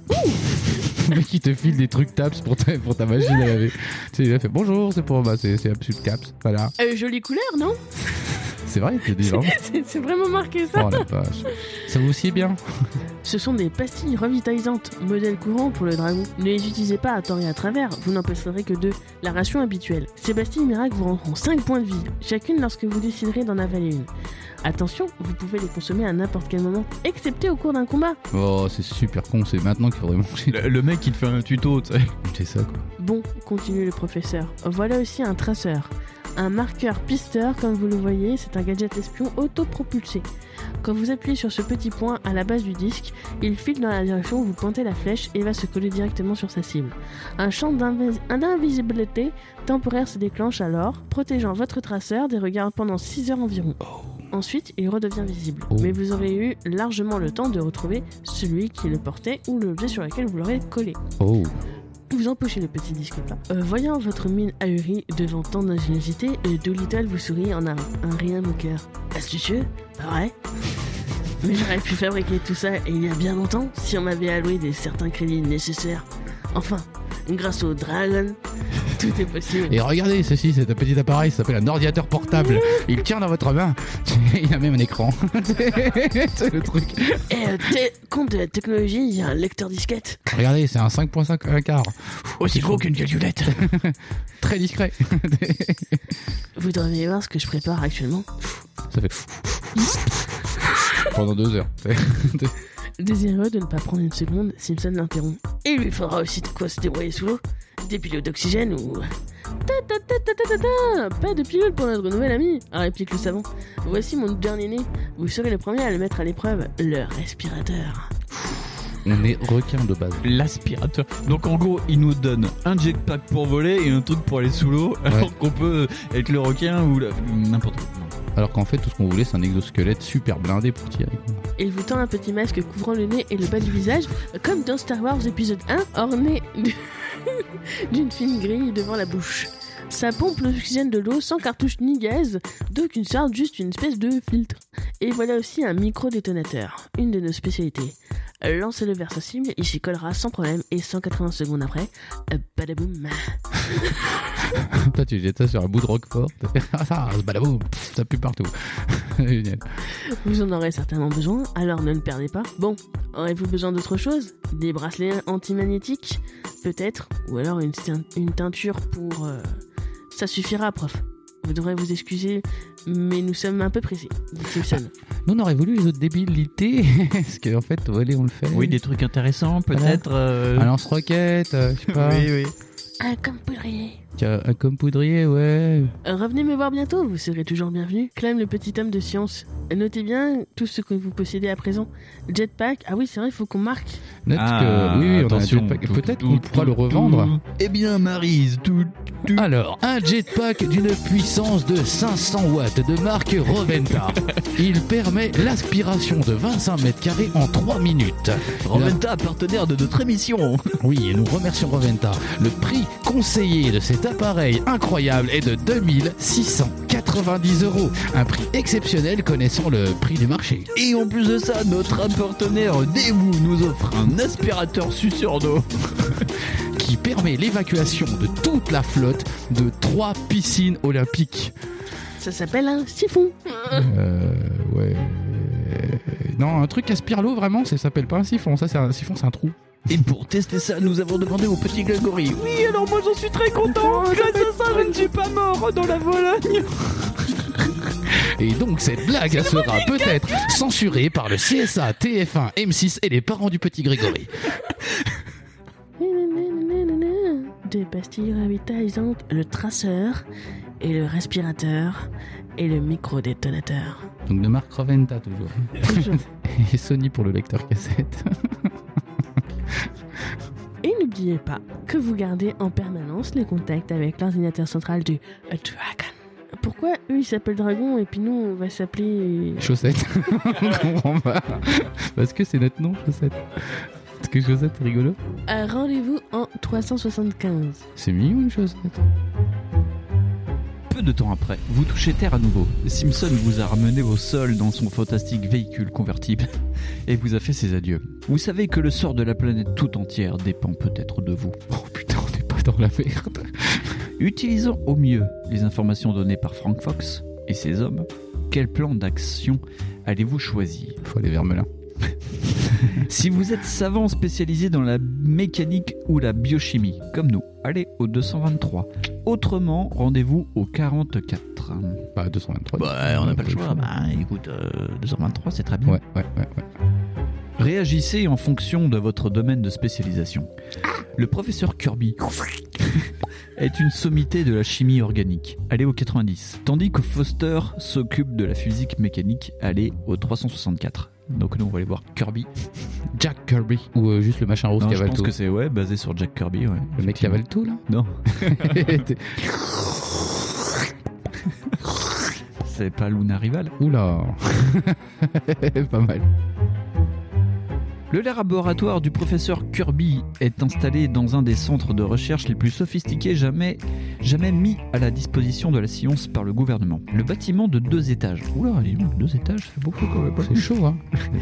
[SPEAKER 3] Le mec qui te file des trucs taps pour ta, pour ta machine à laver. Tu sais, il a fait bonjour, c'est pour bah, c'est c'est Absolute Caps. Voilà.
[SPEAKER 2] Euh, jolie couleur, non
[SPEAKER 3] C'est vrai, t'as dit vraiment.
[SPEAKER 2] C'est c'est vraiment marqué ça
[SPEAKER 3] Oh la vache. Ça vous aussi bien
[SPEAKER 2] Ce sont des pastilles revitalisantes, modèle courant pour le dragon. Ne les utilisez pas à tort et à travers, vous n'en passerez que deux, la ration habituelle. Ces pastilles miracles vous rendront 5 points de vie, chacune lorsque vous déciderez d'en avaler une. Attention, vous pouvez les consommer à n'importe quel moment, excepté au cours d'un combat.
[SPEAKER 3] Oh, c'est super con, c'est maintenant qu'il faudrait manger.
[SPEAKER 4] Le, le mec, il fait un tuto, tu sais.
[SPEAKER 3] C'est ça quoi.
[SPEAKER 2] Bon, continue le professeur, voilà aussi un traceur. Un marqueur pisteur, comme vous le voyez, c'est un gadget espion autopropulsé. Quand vous appuyez sur ce petit point à la base du disque, il file dans la direction où vous pointez la flèche et va se coller directement sur sa cible. Un champ d'invis- d'invisibilité temporaire se déclenche alors, protégeant votre traceur des regards pendant 6 heures environ. Ensuite, il redevient visible,
[SPEAKER 3] Oh.
[SPEAKER 2] mais vous aurez eu largement le temps de retrouver celui qui le portait ou l'objet sur lequel vous l'aurez collé.
[SPEAKER 3] Oh.
[SPEAKER 2] Vous empochez le petit disque plat. Euh, voyant votre mine ahurie devant tant d'ingéniosité, euh, Doolittle vous sourit en un, un rien moqueur. Astucieux Pas vrai Mais j'aurais pu fabriquer tout ça il y a bien longtemps si on m'avait alloué des certains crédits nécessaires. Enfin, grâce au Dragon, tout est possible.
[SPEAKER 3] Et regardez, ceci, c'est un petit appareil, ça s'appelle un ordinateur portable. Il tient dans votre main. Il a même un écran. c'est le truc.
[SPEAKER 2] Et euh, t'es- compte de la technologie, il y a un lecteur disquette.
[SPEAKER 3] Regardez, c'est un 5.5 un quart.
[SPEAKER 4] Aussi gros qu'une calculette.
[SPEAKER 3] Très discret.
[SPEAKER 2] Vous devriez voir ce que je prépare actuellement.
[SPEAKER 3] ça fait pendant deux heures.
[SPEAKER 2] Désireux de ne pas prendre une seconde, Simpson l'interrompt. Il lui faudra aussi de quoi se débrouiller sous l'eau. Des pilules d'oxygène ou... Ta ta ta ta ta ta ta Pas de pilule pour notre nouvel ami réplique le savant. Voici mon dernier né. Vous serez le premier à le mettre à l'épreuve. Le respirateur.
[SPEAKER 3] On est requin de base.
[SPEAKER 4] L'aspirateur. Donc, en gros, il nous donne un jetpack pour voler et un truc pour aller sous l'eau, alors qu'on peut être le requin ou la- n'importe quoi.
[SPEAKER 3] Alors qu'en fait, tout ce qu'on voulait, c'est un exosquelette super blindé pour tirer.
[SPEAKER 2] Il vous tend un petit masque couvrant le nez et le bas du visage, comme dans Star Wars épisode 1, orné de- d'une fine grille devant la bouche. Ça pompe l'oxygène de l'eau sans cartouche ni gaz, d'aucune sorte, juste une espèce de filtre. Et voilà aussi un micro-détonateur, une de nos spécialités. Lancez-le vers sa cible, il s'y collera sans problème et 180 secondes après, euh, badaboum.
[SPEAKER 3] Toi, tu jettes ça sur un bout de roquefort. Ah, ça, badaboum, pff, ça pue partout. Génial.
[SPEAKER 2] Vous en aurez certainement besoin, alors ne le perdez pas. Bon, aurez-vous besoin d'autre chose Des bracelets antimagnétiques Peut-être Ou alors une, teint- une teinture pour... euh, Ça suffira, prof. Vous devrez vous excuser, mais nous sommes un peu pressés, dit Simpson.
[SPEAKER 3] Nous, on aurait voulu les autres débilités. Parce qu'en fait, allez, on le fait.
[SPEAKER 4] Oui, des trucs intéressants, peut-être. euh,
[SPEAKER 3] Un lance-roquette, euh, je sais pas.
[SPEAKER 4] oui, oui.
[SPEAKER 2] Ah, comme poudrier
[SPEAKER 3] Tiens, Un comme poudrier, ouais.
[SPEAKER 2] Revenez me voir bientôt, vous serez toujours bienvenu. Clame le petit homme de science. Notez bien tout ce que vous possédez à présent. Jetpack, ah oui, c'est vrai, il faut qu'on marque.
[SPEAKER 3] Note
[SPEAKER 4] Ah,
[SPEAKER 3] que. Oui, oui, on a un
[SPEAKER 4] attention.
[SPEAKER 3] jetpack.
[SPEAKER 4] Tout,
[SPEAKER 3] Peut-être
[SPEAKER 4] tout,
[SPEAKER 3] qu'on pourra
[SPEAKER 4] tout,
[SPEAKER 3] le revendre.
[SPEAKER 4] tout. Eh bien, Marise, tout. tout.
[SPEAKER 3] Alors, un jetpack d'une puissance de 500 watts de marque Roventa. Il permet l'aspiration de 25 mètres carrés en 3 minutes.
[SPEAKER 4] Roventa, partenaire de notre émission.
[SPEAKER 3] Oui, et nous remercions Roventa. Le prix conseillé de cet appareil incroyable est de 2690 euros. Un prix exceptionnel connaissant le prix du marché.
[SPEAKER 4] Et en plus de ça, notre partenaire Débou nous offre un aspirateur suceur d'eau.
[SPEAKER 3] qui permet l'évacuation de toute la flotte de trois piscines olympiques.
[SPEAKER 2] Ça s'appelle un siphon.
[SPEAKER 3] Euh, ouais. Non, un truc aspire l'eau vraiment, ça s'appelle pas un siphon. Ça, c'est un siphon, c'est un trou.
[SPEAKER 4] Et pour tester ça, nous avons demandé au petit Grégory.
[SPEAKER 6] Oui, alors moi j'en suis très content. Grâce à ça, je ne suis pas mort dans la Vologne.
[SPEAKER 3] Et donc, cette blague sera peut-être censurée par le CSA, TF1, M6 et les parents du petit Grégory.
[SPEAKER 2] Nananananana. Des pastilles ravitalisantes, le traceur, et le respirateur et le micro-détonateur.
[SPEAKER 3] Donc de Marc Roventa toujours.
[SPEAKER 2] Toujours.
[SPEAKER 3] Et Sony pour le lecteur cassette.
[SPEAKER 2] Et n'oubliez pas que vous gardez en permanence les contacts avec l'ordinateur central du Dragon. Pourquoi eux ils s'appellent Dragon et puis nous on va s'appeler.
[SPEAKER 3] Chaussette. On comprend pas. Parce que c'est notre nom, Chaussette. Parce que Chaussette, c'est rigolo.
[SPEAKER 2] Un euh, rendez-vous en 375.
[SPEAKER 3] C'est mignon, une Chaussette.
[SPEAKER 4] Peu de temps après, vous touchez terre à nouveau. Simpson vous a ramené au sol dans son fantastique véhicule convertible et vous a fait ses adieux. Vous savez que le sort de la planète tout entière dépend peut-être de vous.
[SPEAKER 3] Oh putain, on n'est pas dans la merde.
[SPEAKER 4] Utilisant au mieux les informations données par Frank Fox et ses hommes, quel plan d'action allez-vous choisir
[SPEAKER 3] Faut aller vers Melun.
[SPEAKER 4] Si vous êtes savant spécialisé dans la mécanique ou la biochimie, comme nous, allez au 223. Autrement, rendez-vous au 44.
[SPEAKER 3] Bah, 223.
[SPEAKER 4] Bah, on n'a pas le choix. Bah, écoute, euh, 223, c'est très bien.
[SPEAKER 3] Ouais, ouais, ouais. ouais.
[SPEAKER 4] Réagissez en fonction de votre domaine de spécialisation. Le professeur Kirby est une sommité de la chimie organique. Allez au 90. Tandis que Foster s'occupe de la physique mécanique. Allez au 364. Donc nous, on va aller voir Kirby.
[SPEAKER 3] Jack Kirby. Ou euh, juste le machin rose
[SPEAKER 4] Non,
[SPEAKER 3] qui
[SPEAKER 4] je
[SPEAKER 3] avale
[SPEAKER 4] pense
[SPEAKER 3] tout.
[SPEAKER 4] que c'est ouais, basé sur Jack Kirby. Ouais.
[SPEAKER 3] Le mec qui avale tout, là
[SPEAKER 4] Non,
[SPEAKER 3] T'es-
[SPEAKER 4] c'est pas Luna Rival.
[SPEAKER 3] Oula. pas mal.
[SPEAKER 4] Le laboratoire du professeur Kirby est installé dans un des centres de recherche les plus sophistiqués jamais, jamais mis à la disposition de la science par le gouvernement. Le bâtiment de deux étages. Oula, dis donc, deux étages, c'est beaucoup quand même.
[SPEAKER 3] C'est chaud, hein.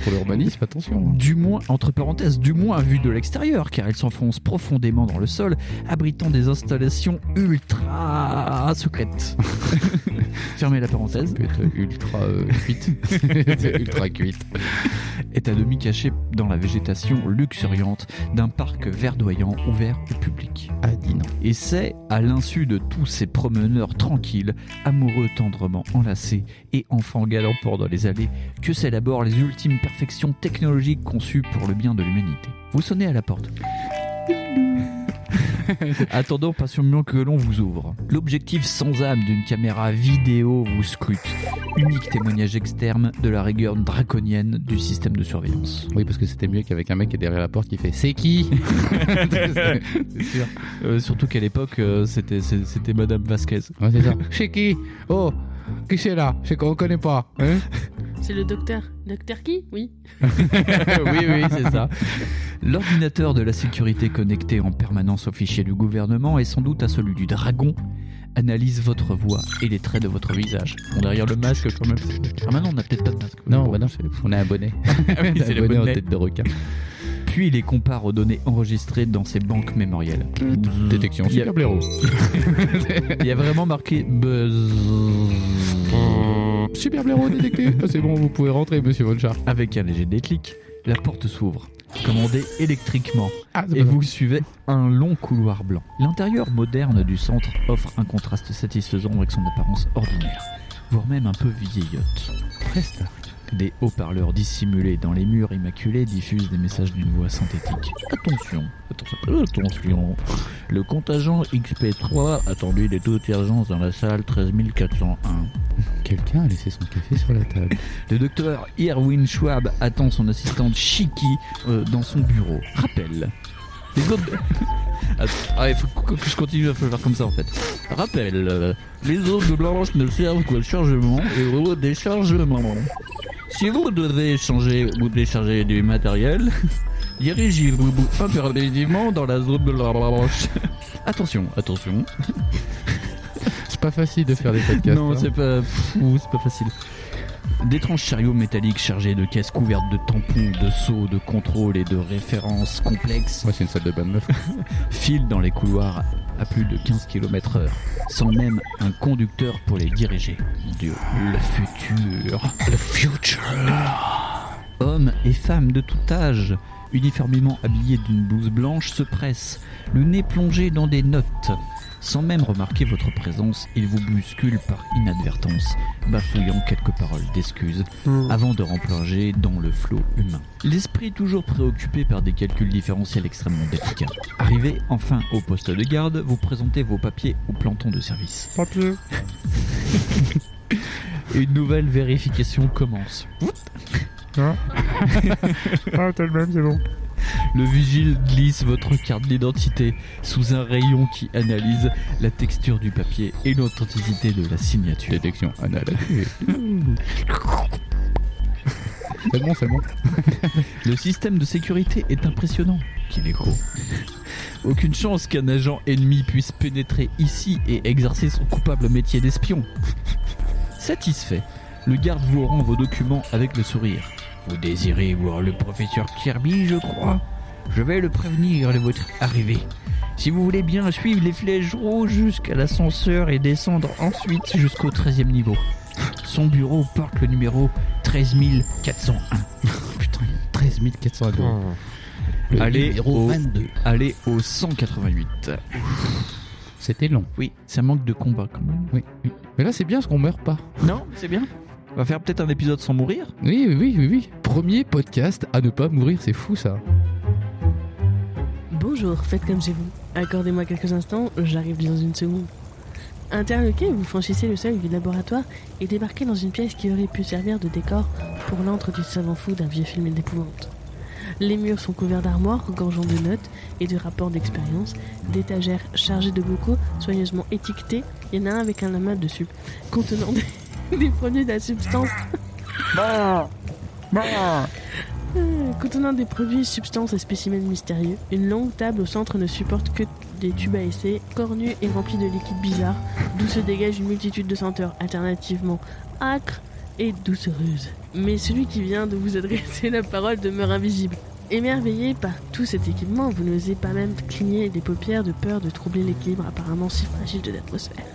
[SPEAKER 3] Pour l'urbanisme, attention. hein.
[SPEAKER 4] Du moins, entre parenthèses, du moins vu de l'extérieur, car il s'enfonce profondément dans le sol, abritant des installations ultra secrètes. Fermez la parenthèse.
[SPEAKER 3] Ça peut être ultra euh, cuite. C'est ultra cuite.
[SPEAKER 4] est à demi caché dans la végétation luxuriante d'un parc verdoyant ouvert au public.
[SPEAKER 3] Ah, dis non.
[SPEAKER 4] Et c'est, à l'insu de tous ces promeneurs tranquilles, amoureux tendrement enlacés et enfants galopants dans les allées, que s'élaborent les ultimes perfections technologiques conçues pour le bien de l'humanité. Vous sonnez à la porte. Attendant patiemment que l'on vous ouvre. L'objectif sans âme d'une caméra vidéo vous scrute. Unique témoignage externe de la rigueur draconienne du système de surveillance.
[SPEAKER 3] Oui, parce que c'était mieux qu'avec un mec qui est derrière la porte qui fait C'est qui C'est c'est sûr.
[SPEAKER 4] Euh, surtout qu'à l'époque, euh, c'était, c'est- c'était Madame Vasquez.
[SPEAKER 3] Ouais, c'est ça. C'est qui Oh qui c'est là C'est qu'on connaît pas. Hein
[SPEAKER 2] C'est le docteur. Docteur qui Oui.
[SPEAKER 4] oui, oui, c'est ça. L'ordinateur de la sécurité connecté en permanence au fichier du gouvernement et sans doute à celui du dragon analyse votre voix et les traits de votre visage. Bon, derrière le masque, quand même. Ah, maintenant, on n'a peut-être pas de masque.
[SPEAKER 3] non,
[SPEAKER 4] Bon.
[SPEAKER 3] bah non, on a un bonnet. on a
[SPEAKER 4] c'est
[SPEAKER 3] un
[SPEAKER 4] le Mmh.
[SPEAKER 3] bonnet en
[SPEAKER 4] bonnet.
[SPEAKER 3] tête de requin.
[SPEAKER 4] Puis il les compare aux données enregistrées dans ses banques mémorielles.
[SPEAKER 3] Mmh. Détection
[SPEAKER 4] Il y a-
[SPEAKER 3] super blaireau.
[SPEAKER 4] Il y a vraiment marqué buzz
[SPEAKER 3] Super blaireau détecté. Ah, c'est bon, vous pouvez rentrer, monsieur Von Char.
[SPEAKER 4] avec un léger déclic. La porte s'ouvre, commandée électriquement.
[SPEAKER 3] Ah,
[SPEAKER 4] et vous suivez un long couloir blanc. L'intérieur moderne du centre offre un contraste satisfaisant avec son apparence ordinaire, voire même un peu vieillotte. Presque. Des haut-parleurs dissimulés dans les murs immaculés diffusent des messages d'une voix synthétique. Attention, attention, attention. Le contingent XP3 attendu des taux d'urgence dans la salle 13401.
[SPEAKER 3] Quelqu'un a laissé son café sur la table.
[SPEAKER 4] Le docteur Irwin Schwab attend son assistante Shiki euh, dans son bureau. Rappel. Les autres. Attends, ah, il faut que que je continue à faire comme ça en fait. Rappel. euh, Les autres blanches ne servent qu'au chargement et au déchargement. Si vous devez changer ou décharger du matériel, dirigez-vous impérativement dans la zone blanche. Attention, attention.
[SPEAKER 3] C'est pas facile de faire des podcasts.
[SPEAKER 4] Non,
[SPEAKER 3] hein.
[SPEAKER 4] c'est pas, pff, ouh, c'est pas facile. D'étranges chariots métalliques chargés de caisses couvertes de tampons, de seaux, de contrôles et de références complexes
[SPEAKER 3] Moi, c'est une salle de bain de meuf.
[SPEAKER 4] filent dans les couloirs à plus de 15 km heure, sans même un conducteur pour les diriger. Mon Dieu, le futur. Le future. Hommes et femmes de tout âge, uniformément habillés d'une blouse blanche, se pressent, le nez plongé dans des notes. Sans même remarquer votre présence, il vous bouscule par inadvertance, bafouillant quelques paroles d'excuses
[SPEAKER 7] Hmm.
[SPEAKER 4] avant de replonger dans le flot humain. L'esprit toujours préoccupé par des calculs différentiels extrêmement délicats. Arrivé enfin au poste de garde, vous présentez vos papiers au planton de service.
[SPEAKER 7] Papier.
[SPEAKER 4] Une nouvelle vérification commence.
[SPEAKER 7] Ah, t'as le même, c'est bon.
[SPEAKER 4] Le vigile glisse votre carte d'identité sous un rayon qui analyse la texture du papier et l'authenticité de la signature.
[SPEAKER 3] Détection anale. c'est bon, c'est bon.
[SPEAKER 4] Le système de sécurité est impressionnant. Qu'il est gros. Aucune chance qu'un agent ennemi puisse pénétrer ici et exercer son coupable métier d'espion. Satisfait, le garde vous rend vos documents avec le sourire. Vous désirez voir le professeur Kirby, je crois Je vais le prévenir de votre arrivée. Si vous voulez bien suivre les flèches rouges jusqu'à l'ascenseur et descendre ensuite jusqu'au 13e niveau. Son bureau porte le numéro 13401. Putain, il y a 13 401 bureaux.
[SPEAKER 3] Le
[SPEAKER 4] Oh. Allez
[SPEAKER 3] numéro
[SPEAKER 4] au-
[SPEAKER 3] 22.
[SPEAKER 4] Allez au 188.
[SPEAKER 3] C'était long.
[SPEAKER 4] Oui, ça manque de combat quand même.
[SPEAKER 3] Oui. oui. Mais là, c'est bien parce qu'on meurt pas.
[SPEAKER 4] Non, c'est bien. On va faire peut-être un épisode sans mourir.
[SPEAKER 3] Oui, oui, oui, oui, oui. Premier podcast à ne pas mourir, c'est fou ça.
[SPEAKER 2] Bonjour, faites comme chez vous. Accordez-moi quelques instants, j'arrive dans une seconde. Interloqué, vous franchissez le seuil du laboratoire et débarquez dans une pièce qui aurait pu servir de décor pour l'antre du savant fou d'un vieux film d'épouvante. Les murs sont couverts d'armoires, gorgeons de notes et de rapports d'expérience, d'étagères chargées de bocaux soigneusement étiquetés. Il y en a un avec un amas dessus, contenant des, des produits de la substance Euh, Contenant des produits, substances et spécimens mystérieux, une longue table au centre ne supporte que des tubes à essai, cornus et remplis de liquides bizarres, d'où se dégage une multitude de senteurs alternativement âcres et doucereuses. Mais celui qui vient de vous adresser la parole demeure invisible. Émerveillé par tout cet équipement, vous n'osez pas même cligner des paupières de peur de troubler l'équilibre apparemment si fragile de l'atmosphère.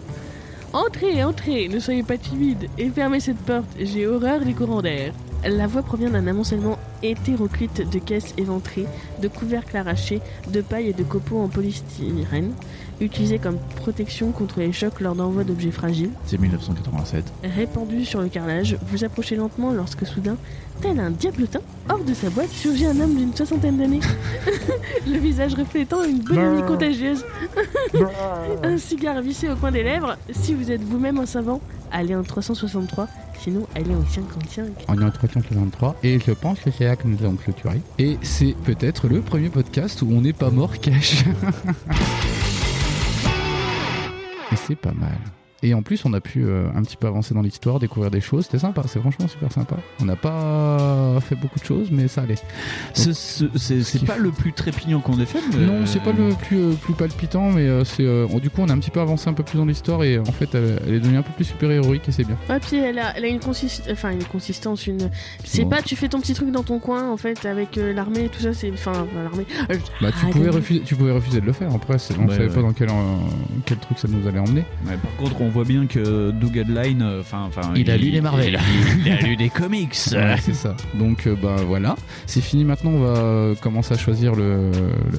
[SPEAKER 2] Entrez, entrez, ne soyez pas timide et fermez cette porte, j'ai horreur des courants d'air. La voix provient d'un amoncellement hétéroclite de caisses éventrées, de couvercles arrachés, de paille et de copeaux en polystyrène, utilisés comme protection contre les chocs lors d'envoi d'objets fragiles.
[SPEAKER 4] C'est 1987.
[SPEAKER 2] Répandu sur le carrelage, vous approchez lentement lorsque soudain, tel un diablotin, hors de sa boîte surgit un homme d'une soixantaine d'années, le visage reflétant une bonhomie contagieuse, un cigare vissé au coin des lèvres. Si vous êtes vous-même un savant, allez en 363, sinon allez en 55.
[SPEAKER 3] On est en 363 et je pense que c'est là que nous allons clôturer. Et c'est peut-être le premier podcast où on n'est pas mort cash. Mais c'est pas mal. Et en plus, on a pu euh, un petit peu avancer dans l'histoire, découvrir des choses. C'était sympa, c'est franchement super sympa. On n'a pas fait beaucoup de choses, mais ça allait.
[SPEAKER 4] Ce- ce- C'est c'est pas le plus trépignant qu'on ait fait.
[SPEAKER 8] Euh.
[SPEAKER 4] mais-
[SPEAKER 3] Non, c'est pas le plus, euh, plus palpitant, mais euh, c'est euh, du coup, on a un petit peu avancé un peu plus dans l'histoire et euh, en fait, elle, elle est devenue un peu plus super-héroïque et c'est bien.
[SPEAKER 2] Ouais, puis elle a, elle a une consistance, enfin une consistance, une. C'est
[SPEAKER 3] Bon.
[SPEAKER 2] pas, tu fais ton petit truc dans ton coin en fait avec euh, l'armée et tout ça, c'est, enfin euh, l'armée. Euh,
[SPEAKER 3] Bah, tu,
[SPEAKER 2] Ah,
[SPEAKER 3] pouvais
[SPEAKER 2] d'accord.
[SPEAKER 3] refuser, tu pouvais refuser de le faire. Après, c'est- on
[SPEAKER 4] Ouais,
[SPEAKER 3] savait
[SPEAKER 4] ouais.
[SPEAKER 3] pas dans quel, euh, quel truc ça nous allait emmener.
[SPEAKER 4] Ouais, par contre, on voit bien que Doug Adeline, euh, enfin, enfin,
[SPEAKER 3] Il a lu les Marvel.
[SPEAKER 4] Il, il a lu des comics.
[SPEAKER 3] Ouais, c'est ça. Donc euh, bah voilà, c'est fini maintenant. On va euh, commencer à choisir le,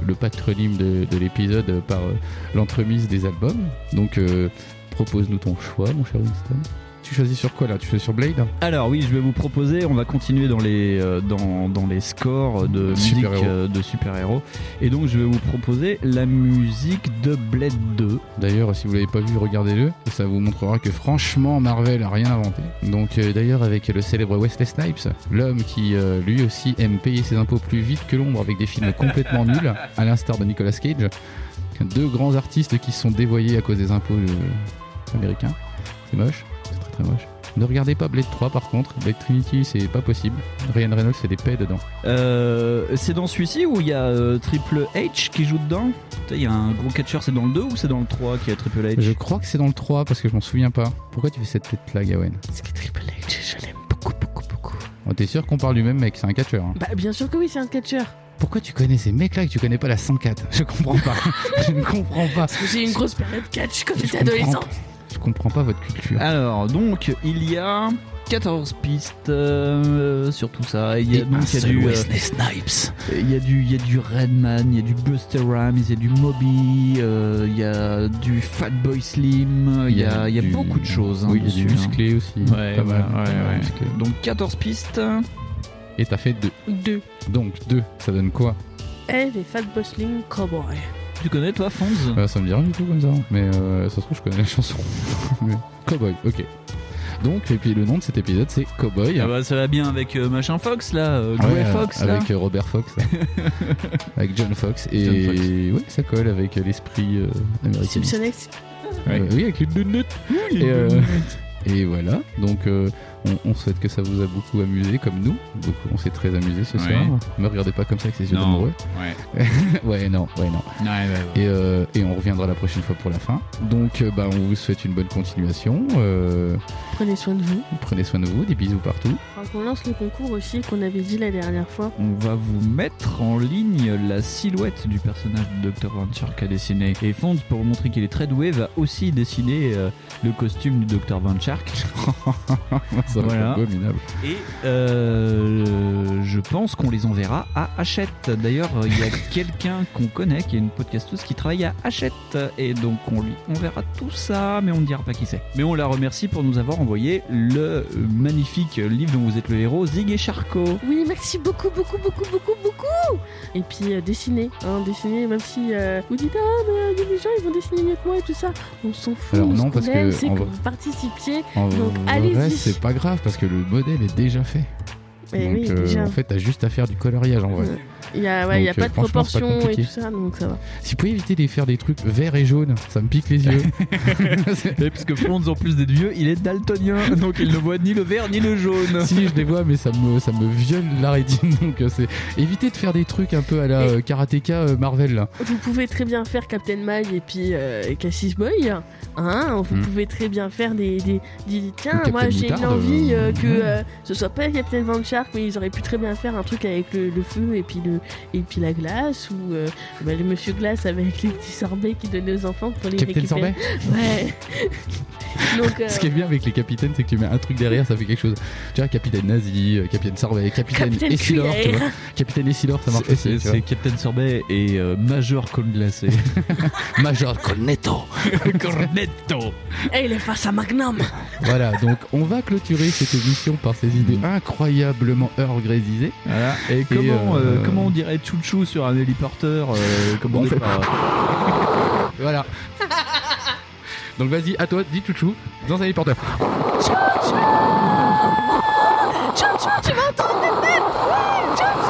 [SPEAKER 3] le patronyme de, de l'épisode euh, par euh, l'entremise des albums. Donc euh, propose-nous ton choix, mon cher Winston. Tu choisis sur quoi là Tu choisis sur Blade
[SPEAKER 4] Alors oui, je vais vous proposer, on va continuer dans les, euh, dans, dans les scores de musique
[SPEAKER 3] Super-héros.
[SPEAKER 4] euh, de super-héros. Et donc je vais vous proposer la musique de Blade 2.
[SPEAKER 3] D'ailleurs, si vous l'avez pas vu, regardez-le. Et ça vous montrera que franchement, Marvel a rien inventé. Donc euh, d'ailleurs, avec le célèbre Wesley Snipes, l'homme qui euh, lui aussi aime payer ses impôts plus vite que l'ombre avec des films complètement nuls, à l'instar de Nicolas Cage, deux grands artistes qui se sont dévoyés à cause des impôts euh, américains. C'est moche, c'est très très moche. Ne regardez pas Blade 3 par contre, Blade Trinity c'est pas possible. Ryan Reynolds c'est des paix dedans.
[SPEAKER 4] Euh, c'est dans celui-ci où il y a euh, Triple H qui joue dedans Putain, Il y a un gros catcheur, c'est dans le 2 ou c'est dans le 3 qu'il y a Triple H
[SPEAKER 3] Je crois que c'est dans le 3 parce que je m'en souviens pas. Pourquoi tu fais cette tête là Gawain
[SPEAKER 2] C'est que Triple H, je l'aime beaucoup, beaucoup, beaucoup.
[SPEAKER 3] Oh, T'es sûr qu'on parle du même mec, c'est un catcheur. hein.
[SPEAKER 2] Bah bien sûr que oui, c'est un catcheur.
[SPEAKER 3] Pourquoi tu connais ces mecs-là et que tu connais pas la 104 Je comprends pas. je ne comprends pas.
[SPEAKER 2] J'ai une grosse période catch quand
[SPEAKER 3] Je
[SPEAKER 2] j'étais
[SPEAKER 3] comprends
[SPEAKER 2] adolescent.
[SPEAKER 3] pas. Je comprends pas votre culture.
[SPEAKER 4] Alors donc il y a
[SPEAKER 8] 14 pistes euh, sur tout ça. Il y a, donc, il y a du, euh,
[SPEAKER 3] Snipes.
[SPEAKER 8] il y a du, il y a du Redman, il y a du Buster Rhymes, il y a du Moby, euh, il y a du Fatboy Slim, il y a, il y a
[SPEAKER 3] du-
[SPEAKER 8] beaucoup de choses. hein,
[SPEAKER 3] Oui, il y a
[SPEAKER 8] dessus,
[SPEAKER 3] du
[SPEAKER 8] hein.
[SPEAKER 3] musclé aussi.
[SPEAKER 8] Ouais,
[SPEAKER 3] pas mal.
[SPEAKER 8] voilà, ouais,
[SPEAKER 3] Pas mal
[SPEAKER 8] ouais.
[SPEAKER 3] musclé.
[SPEAKER 8] Donc 14 pistes.
[SPEAKER 3] Et t'as fait deux.
[SPEAKER 2] 2.
[SPEAKER 3] Donc deux, ça donne quoi
[SPEAKER 2] Mmh. Eve et Fat Bosling Cowboy.
[SPEAKER 8] Tu connais toi Fonz
[SPEAKER 3] Euh, Ça me dit rien du tout comme ça. Mais euh, ça se trouve, je connais la chanson. Mais- Cowboy, ok. Donc, et puis le nom de cet épisode, c'est Cowboy. hein.
[SPEAKER 8] Ah bah ça va bien avec euh, machin Fox là, euh,
[SPEAKER 3] Ah ouais,
[SPEAKER 8] Grey
[SPEAKER 3] euh,
[SPEAKER 8] Fox là.
[SPEAKER 3] avec euh, Robert Fox, avec John Fox et
[SPEAKER 8] John Fox.
[SPEAKER 3] ouais ça colle avec euh, l'esprit euh, américain.
[SPEAKER 2] Simpson X.
[SPEAKER 3] Euh,
[SPEAKER 8] Ouais.
[SPEAKER 3] oui avec les deux notes. Et, euh, et voilà donc euh, on, on souhaite que ça vous a beaucoup amusé comme nous. Donc on s'est très amusé ce
[SPEAKER 8] Ouais.
[SPEAKER 3] soir. Me regardez pas comme ça avec ces yeux
[SPEAKER 8] Non.
[SPEAKER 3] d'amoureux.
[SPEAKER 8] Ouais.
[SPEAKER 3] ouais non ouais non.
[SPEAKER 8] Ouais, ouais, ouais.
[SPEAKER 3] Et, euh, et on reviendra la prochaine fois pour la fin. Donc euh, bah, on vous souhaite une bonne continuation. Euh,
[SPEAKER 2] Prenez soin de vous.
[SPEAKER 3] prenez soin de vous. Des bisous partout.
[SPEAKER 2] Faudra qu'on lance le concours aussi qu'on avait dit la dernière fois.
[SPEAKER 8] On va vous mettre en ligne la silhouette du personnage de Dr. Van Shark à dessiner. Et Fonz, pour vous montrer qu'il est très doué, va aussi dessiner euh, le costume du Dr. Van Shark.
[SPEAKER 3] ça va être
[SPEAKER 8] Voilà.
[SPEAKER 3] abominable.
[SPEAKER 8] Et euh, je pense qu'on les enverra à Hachette. D'ailleurs, euh, il y a quelqu'un qu'on connaît, qui est une podcasteuse, qui travaille à Hachette. Et donc, on lui enverra tout ça, mais on ne dira pas qui c'est. Mais on la remercie pour nous avoir envoyé le magnifique livre dont vous êtes le héros, Zig et Charcot.
[SPEAKER 2] Oui, merci beaucoup, beaucoup, beaucoup, beaucoup, beaucoup. Et puis euh, dessiner, hein, dessiner, même si euh, vous dites ah mais il y a des gens ils vont dessiner mieux que moi et tout ça, on s'en fout.
[SPEAKER 3] Alors
[SPEAKER 2] nous,
[SPEAKER 3] non,
[SPEAKER 2] ce qu'on
[SPEAKER 3] parce que
[SPEAKER 2] aime, c'est
[SPEAKER 3] on
[SPEAKER 2] que
[SPEAKER 3] va-
[SPEAKER 2] vous participiez.
[SPEAKER 3] En
[SPEAKER 2] Donc,
[SPEAKER 3] vrai,
[SPEAKER 2] allez-y.
[SPEAKER 3] c'est pas grave parce que le modèle est déjà fait.
[SPEAKER 2] Mais
[SPEAKER 3] donc
[SPEAKER 2] oui,
[SPEAKER 3] euh,
[SPEAKER 2] déjà.
[SPEAKER 3] en fait, t'as juste à faire du coloriage en vrai.
[SPEAKER 2] Ouais. Il y a, ouais, il y a
[SPEAKER 3] Donc,
[SPEAKER 2] pas
[SPEAKER 3] euh,
[SPEAKER 2] de
[SPEAKER 3] franchement, c'est pas
[SPEAKER 2] proportion et
[SPEAKER 3] compliqué.
[SPEAKER 2] tout ça, donc ça va.
[SPEAKER 3] Si vous pouvez éviter de faire des trucs verts et jaunes, ça me pique les yeux.
[SPEAKER 8] Et puisque Fonz, en plus d'être vieux, il est daltonien, donc il ne voit ni le vert ni le jaune.
[SPEAKER 3] si je les vois, mais ça me, ça me viole la rétine. Donc euh, c'est éviter de faire des trucs un peu à la
[SPEAKER 2] Et-
[SPEAKER 3] euh, karatéka euh, Marvel. Là.
[SPEAKER 2] Vous pouvez très bien faire Captain Mag et puis euh, et Cassis Boy. Hein, vous
[SPEAKER 3] Hmm.
[SPEAKER 2] pouvez très bien faire des. des, des-
[SPEAKER 3] Ou
[SPEAKER 2] tiens,
[SPEAKER 3] Captain
[SPEAKER 2] moi j'ai une
[SPEAKER 3] Moutarde,
[SPEAKER 2] envie
[SPEAKER 3] euh,
[SPEAKER 2] euh, que
[SPEAKER 3] ouais.
[SPEAKER 2] euh, ce soit pas Captain Van Shark, mais ils auraient pu très bien faire un truc avec le, le feu et puis, le, et puis la glace ou euh, bah, le monsieur glace avec les petits sorbets qu'ils donnaient aux enfants pour les
[SPEAKER 3] Capitaine
[SPEAKER 2] récupérer.
[SPEAKER 3] Sorbet.
[SPEAKER 2] Ouais. Donc, euh,
[SPEAKER 3] Ce qui est bien avec les capitaines, c'est que tu mets un truc derrière, ça fait quelque chose. Tu vois, capitaine nazi, euh, capitaine Sorbet, capitaine
[SPEAKER 2] Capitaine
[SPEAKER 3] Essilor, tu
[SPEAKER 2] Cuillère.
[SPEAKER 3] vois. Capitaine Essilor, ça marche
[SPEAKER 8] C'est-
[SPEAKER 3] aussi.
[SPEAKER 8] C'est
[SPEAKER 3] tu vois.
[SPEAKER 8] c'est Captain Sorbet et euh, Major Cône Glacé.
[SPEAKER 3] Major Cornetto.
[SPEAKER 8] Cornetto
[SPEAKER 2] eh, il est face à Magnum.
[SPEAKER 3] voilà, donc on va clôturer cette émission par ces idées incroyablement Earl Grey's
[SPEAKER 8] Voilà. Et, comment,
[SPEAKER 3] euh,
[SPEAKER 8] euh, comment on dirait Chouchou sur un héliporteur euh, comme on
[SPEAKER 3] On
[SPEAKER 8] est
[SPEAKER 3] fait
[SPEAKER 8] pas-
[SPEAKER 3] Voilà. Donc vas-y, à toi, dis chouchou dans un héliporteur.
[SPEAKER 2] Chouchou, tu m'entends